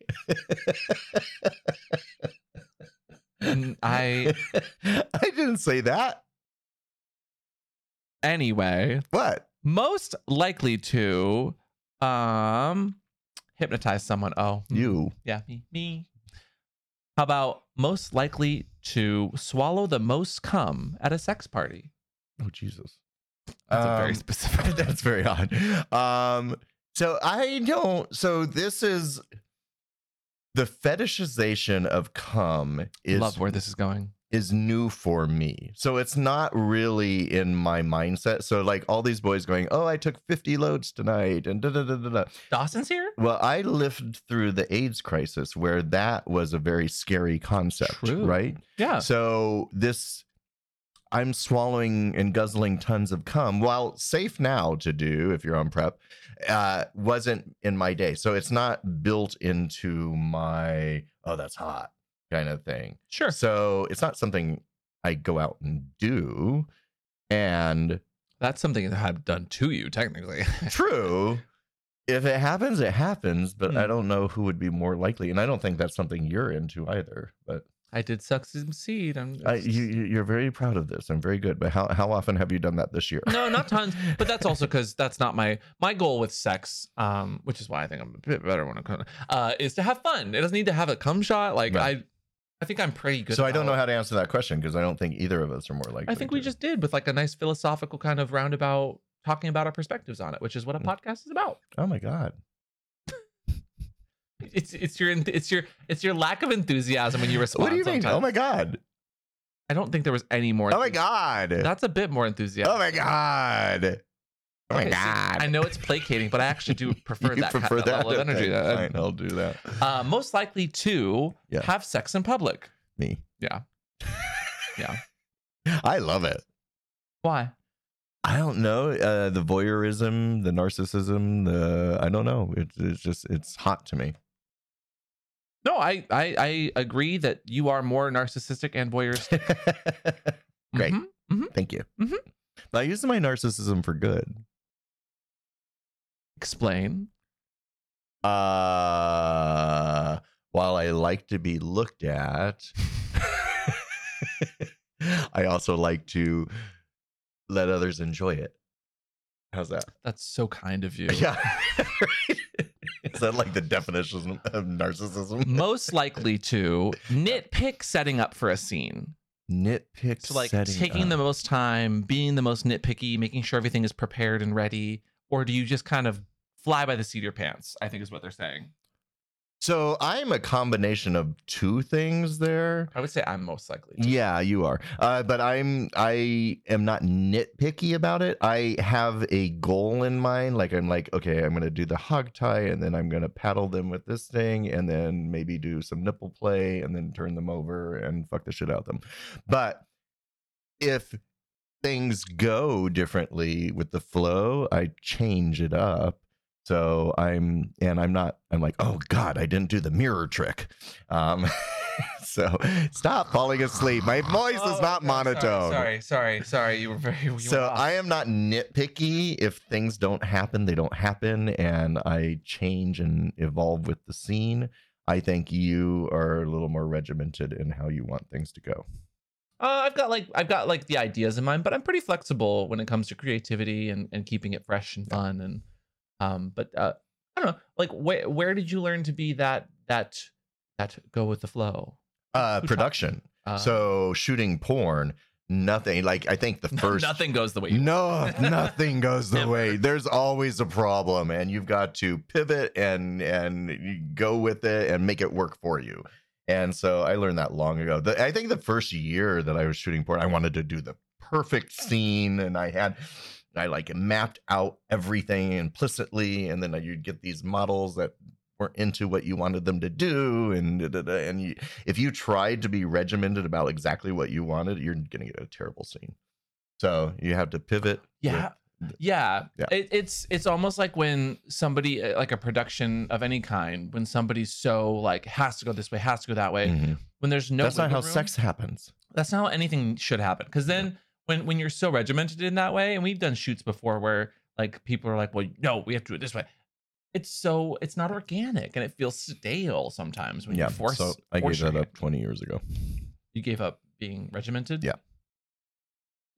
Speaker 1: And I
Speaker 2: I didn't say that.
Speaker 1: anyway,
Speaker 2: What?
Speaker 1: most likely to, um, hypnotize someone. Oh, hmm.
Speaker 2: You.
Speaker 1: Yeah, me. Me. How about most likely to swallow the most cum at a sex party?
Speaker 2: Oh Jesus.
Speaker 1: That's a very
Speaker 2: Um,
Speaker 1: specific.
Speaker 2: That's very odd. Um, so I don't. So this is the fetishization of cum is
Speaker 1: Love where this is going.
Speaker 2: is new for me. So it's not really in my mindset. So like all these boys going, oh, I took fifty loads tonight, and da da da da da.
Speaker 1: Dawson's here.
Speaker 2: Well, I lived through the AIDS crisis where that was a very scary concept,
Speaker 1: True.
Speaker 2: right?
Speaker 1: Yeah.
Speaker 2: So this, I'm swallowing and guzzling tons of cum. While safe now to do if you're on prep, uh, wasn't in my day. So it's not built into my oh that's hot kind of thing.
Speaker 1: Sure.
Speaker 2: So it's not something I go out and do. And
Speaker 1: That's something that I've done to you, technically.
Speaker 2: true. If it happens, it happens, but I
Speaker 1: Hmm.
Speaker 2: don't know who would be more likely. And I don't think that's something you're into either. But
Speaker 1: I did suck some seed. I'm
Speaker 2: I, you, you- you're very proud of this. I'm very good. But how, how often have you done that this year?
Speaker 1: no, not tons, but that's also because that's not my my goal with sex. Um, which is why I think I'm a bit better when it comes. Uh, is to have fun. It doesn't need to have a cum shot. Like
Speaker 2: Right.
Speaker 1: I, I think I'm pretty good.
Speaker 2: so I don't know
Speaker 1: about-
Speaker 2: how to answer that question because I don't think either of us are more likely.
Speaker 1: I think we
Speaker 2: to.
Speaker 1: just did with like a nice philosophical kind of roundabout talking about our perspectives on it, which is what a
Speaker 2: Mm.
Speaker 1: podcast is about.
Speaker 2: Oh my god.
Speaker 1: It's it's your it's your it's your lack of enthusiasm when you respond.
Speaker 2: What do you mean?
Speaker 1: sometimes.
Speaker 2: Oh my god.
Speaker 1: I don't think there was any more.
Speaker 2: Oh my
Speaker 1: enthusi-
Speaker 2: god.
Speaker 1: That's a bit more enthusiastic.
Speaker 2: Oh my god. Oh my
Speaker 1: Okay, so
Speaker 2: god.
Speaker 1: I know it's placating, but I actually do prefer
Speaker 2: You
Speaker 1: that kind- that level of
Speaker 2: Okay,
Speaker 1: energy. That-
Speaker 2: fine, I'll do that.
Speaker 1: uh, most likely to
Speaker 2: Yeah.
Speaker 1: have sex in public.
Speaker 2: Me.
Speaker 1: Yeah. Yeah.
Speaker 2: I love it.
Speaker 1: Why?
Speaker 2: I don't know. Uh, the voyeurism, the narcissism, the I don't know. It, it's just it's hot to me.
Speaker 1: No, I, I I agree that you are more narcissistic and voyeuristic.
Speaker 2: Great.
Speaker 1: Mhm.
Speaker 2: Thank you.
Speaker 1: Mhm.
Speaker 2: But I use my narcissism for good.
Speaker 1: Explain.
Speaker 2: Uh, while I like to be looked at, I also like to let others enjoy it. How's that?
Speaker 1: That's so kind of you.
Speaker 2: Yeah. Is that like the definition of narcissism?
Speaker 1: Most likely to nitpick setting up for a scene.
Speaker 2: Nitpick.
Speaker 1: So like
Speaker 2: setting
Speaker 1: taking
Speaker 2: up.
Speaker 1: the most time, being the most nitpicky, making sure everything is prepared and ready, or do you just kind of fly by the seat of your pants? I think is what they're saying.
Speaker 2: So I'm a combination of two things there.
Speaker 1: I would say I'm most likely. to.
Speaker 2: Yeah, you are. Uh, but I'm I am not nitpicky about it. I have a goal in mind. Like I'm like, okay, I'm gonna do the hog tie, and then I'm gonna paddle them with this thing, and then maybe do some nipple play, and then turn them over and fuck the shit out of them. But if things go differently with the flow, I change it up. So I'm and I'm not. I'm like, oh god, I didn't do the mirror trick. Um, so stop falling asleep. My voice
Speaker 1: Oh,
Speaker 2: is not
Speaker 1: okay,
Speaker 2: monotone.
Speaker 1: Sorry, sorry, sorry, sorry. You were very. You were
Speaker 2: So
Speaker 1: off.
Speaker 2: I am not nitpicky. If things don't happen, they don't happen, and I change and evolve with the scene. I think you are a little more regimented in how you want things to go.
Speaker 1: Uh, I've got like I've got like the ideas in mind, but I'm pretty flexible when it comes to creativity and, and keeping it fresh and fun and um. But uh, I don't know, like where where did you learn to be that that that go with the flow?
Speaker 2: Uh,
Speaker 1: Who taught-
Speaker 2: production.
Speaker 1: Uh,
Speaker 2: so shooting porn, nothing. Like I think the first
Speaker 1: nothing goes the way you.
Speaker 2: No, nothing goes the
Speaker 1: Never.
Speaker 2: way. There's always a problem, and you've got to pivot and and you go with it and make it work for you. And so I learned that long ago. The, I think the first year that I was shooting porn, I wanted to do the perfect scene, and I had I like mapped out everything implicitly, and then you'd get these models that weren't into what you wanted them to do, and da, da, da, and you, if you tried to be regimented about exactly what you wanted, you're going to get a terrible scene. So you have to pivot.
Speaker 1: Yeah. Yeah,
Speaker 2: Yeah.
Speaker 1: It, it's it's almost like when somebody uh, like a production of any kind, when somebody's so like has to go this way, has to go that way.
Speaker 2: with- Mhm.
Speaker 1: When there's no
Speaker 2: That's not
Speaker 1: wiggle
Speaker 2: how
Speaker 1: room-
Speaker 2: sex happens.
Speaker 1: that's not how anything should happen. Because then when when you're so regimented in that way, and we've done shoots before where like people are like, well, no, we have to do it this way. It's so it's not organic and it feels stale sometimes when you force.
Speaker 2: So I gave
Speaker 1: forcing
Speaker 2: that
Speaker 1: it.
Speaker 2: up 20 years ago.
Speaker 1: You gave up being regimented.
Speaker 2: Yeah.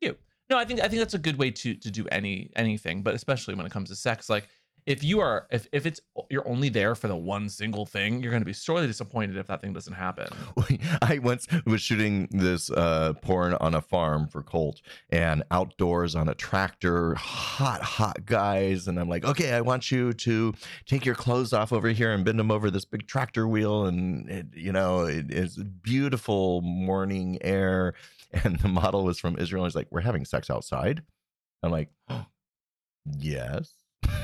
Speaker 1: Cute. No, I think I think that's a good way to to do any anything, but especially when it comes to sex, like. If you are if if it's you're only there for the one single thing, you're going to be sorely disappointed if that thing doesn't happen.
Speaker 2: I once was shooting this uh, porn on a farm for Colt and outdoors on a tractor, hot, hot guys. And I'm like, okay, I want you to take your clothes off over here and bend them over this big tractor wheel. And, it, you know, it, it's beautiful morning air. And the model was from Israel. He's like, we're having sex outside. I'm like, yes.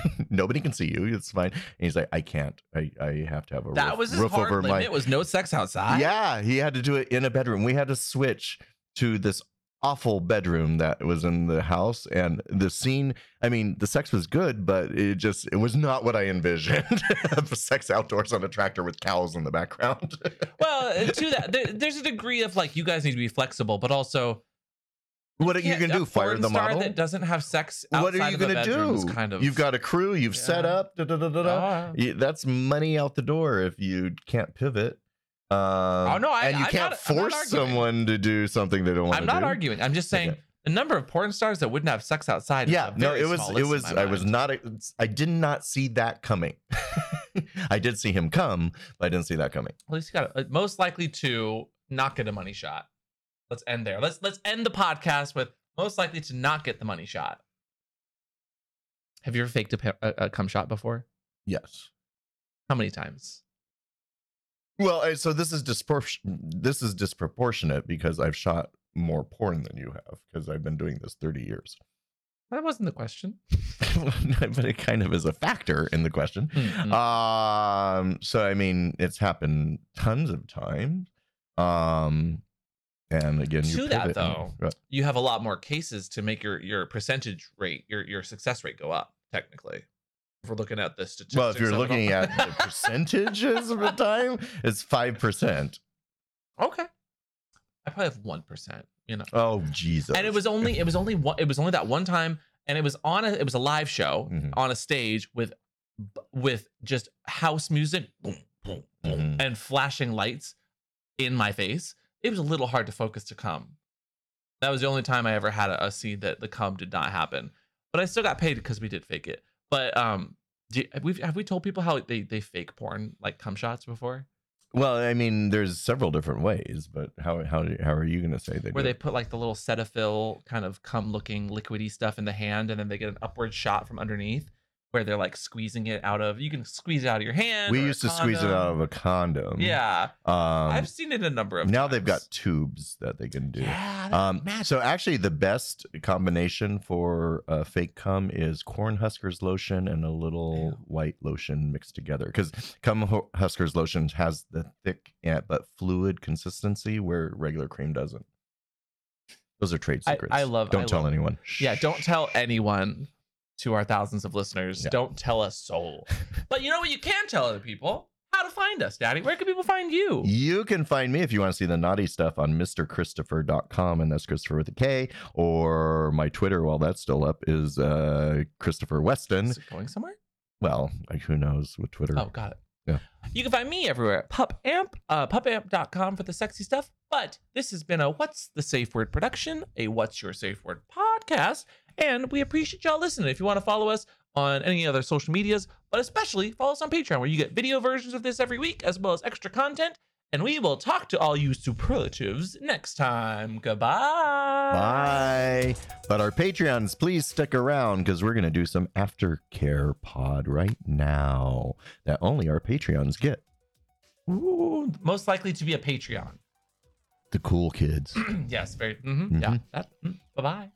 Speaker 2: Nobody can see you. It's fine. And he's like, I can't. I, I have to have a
Speaker 1: That
Speaker 2: roof,
Speaker 1: was his
Speaker 2: roof
Speaker 1: hard
Speaker 2: over
Speaker 1: limit.
Speaker 2: my
Speaker 1: was no sex outside.
Speaker 2: yeah, he had to do it in a bedroom. We had to switch to this awful bedroom that was in the house and the scene i mean the sex was good but it just it was not what i envisioned sex outdoors on a tractor with cows in the background
Speaker 1: well uh, to that there, there's a degree of like you guys need to be flexible but also
Speaker 2: what are you
Speaker 1: can't-
Speaker 2: gonna
Speaker 1: a
Speaker 2: do fire
Speaker 1: porn
Speaker 2: the
Speaker 1: star
Speaker 2: model
Speaker 1: that doesn't have sex
Speaker 2: what are
Speaker 1: outside
Speaker 2: you
Speaker 1: of a
Speaker 2: gonna
Speaker 1: bedroom
Speaker 2: do
Speaker 1: is kind of
Speaker 2: you've got a crew you've set
Speaker 1: Yeah.
Speaker 2: up da, da, da, da, da.
Speaker 1: Ah.
Speaker 2: Y- that's money out the door if you can't pivot Um,
Speaker 1: Oh, no, I-
Speaker 2: and you
Speaker 1: I'm
Speaker 2: can't
Speaker 1: not- I'm not
Speaker 2: force
Speaker 1: arguing.
Speaker 2: someone to do something they don't want
Speaker 1: I'm
Speaker 2: to do.
Speaker 1: not arguing. I'm just saying
Speaker 2: Okay.
Speaker 1: the number of porn stars that wouldn't have sex outside.
Speaker 2: Yeah,
Speaker 1: is a
Speaker 2: no,
Speaker 1: very
Speaker 2: it was
Speaker 1: small list
Speaker 2: it
Speaker 1: in
Speaker 2: was
Speaker 1: my
Speaker 2: I was
Speaker 1: mind.
Speaker 2: not it's- I did not see that coming. I did see him come, but I didn't see that coming.
Speaker 1: At least you got uh, most likely to not get a money shot. Let's end there. Let's let's end the podcast with most likely to not get the money shot. Have you ever faked a, pa- a, a cum shot before?
Speaker 2: Yes.
Speaker 1: How many times?
Speaker 2: Well, I- so this is dispor- this is disproportionate because I've shot more porn than you have because I've been doing this 30 years.
Speaker 1: That wasn't the question.
Speaker 2: but it kind of is a factor in the question.
Speaker 1: Mm-mm.
Speaker 2: Um so I mean, it's happened tons of times. Um and again, you
Speaker 1: To that,
Speaker 2: pivot and-
Speaker 1: though,
Speaker 2: Right.
Speaker 1: you have a lot more cases to make your your percentage rate, your your success rate go up. Technically, if we're looking at the statistics.
Speaker 2: Well, if you're
Speaker 1: of it
Speaker 2: looking
Speaker 1: all.
Speaker 2: at the percentages of the time, it's five percent.
Speaker 1: okay, I probably have one percent. You know,
Speaker 2: Oh Jesus!
Speaker 1: and it was only it was only one it was only that one time, and it was on a it was a live show
Speaker 2: Mhm.
Speaker 1: on a stage with with just house music boom, boom, boom,
Speaker 2: Mhm.
Speaker 1: and flashing lights in my face. It was a little hard to focus to come. That was the only time I ever had a, a scene that the cum did not happen. But I still got paid because we did fake it. But um, do, have we have we told people how they they fake porn like cum shots before,
Speaker 2: well, I mean, there's several different ways, but how how do- how are you going to say they?
Speaker 1: where
Speaker 2: do
Speaker 1: they
Speaker 2: it?
Speaker 1: put like the little Cetaphil kind of cum looking liquidy stuff in the hand, and then they get an upward shot from underneath where they're like squeezing it out of. You can squeeze it out of your hand.
Speaker 2: We
Speaker 1: or a
Speaker 2: used to squeeze it
Speaker 1: condom.
Speaker 2: out of a condom.
Speaker 1: Yeah,
Speaker 2: Um,
Speaker 1: I've seen it a number of.
Speaker 2: now they've got
Speaker 1: times.
Speaker 2: tubes that they can do.
Speaker 1: Yeah, that's
Speaker 2: Um, so actually, the best combination for uh, fake cum is corn huskers lotion and a little white lotion mixed together. Because cum ho- huskers lotion has the thick uh, but fluid consistency where regular cream doesn't. Those are trade
Speaker 1: I-
Speaker 2: secrets.
Speaker 1: I love-
Speaker 2: Don't
Speaker 1: I
Speaker 2: tell
Speaker 1: love-
Speaker 2: anyone.
Speaker 1: Yeah, don't tell anyone to our thousands of listeners.
Speaker 2: Yeah.
Speaker 1: Don't tell a soul. but you know what? You can tell other people how to find us, Daddy. Where can people find you?
Speaker 2: You can find me if you want to see the naughty stuff on mrchristopher.com, and that's Christopher with a K. Or my Twitter, while that's still up, is uh, Christopher Weston.
Speaker 1: Is it going somewhere?
Speaker 2: Well, like, who knows with Twitter?
Speaker 1: Oh, got it.
Speaker 2: Yeah.
Speaker 1: You can find me everywhere at PupAmp, uh, pupamp.com for the sexy stuff. But this has been a What's the Safe Word production, a What's Your Safe Word podcast. And we appreciate y'all listening. If you want to follow us on any other social medias, but especially follow us on Patreon, where you get video versions of this every week, as well as extra content. And we will talk to all you superlatives next time. Goodbye.
Speaker 2: Bye. But our Patreons, please stick around because we're going to do some aftercare pod right now that only our Patreons get.
Speaker 1: Ooh, most likely to be a Patreon.
Speaker 2: The cool kids. Mm-hmm.
Speaker 1: yes, very. mhm, Yeah. That, mm, bye bye.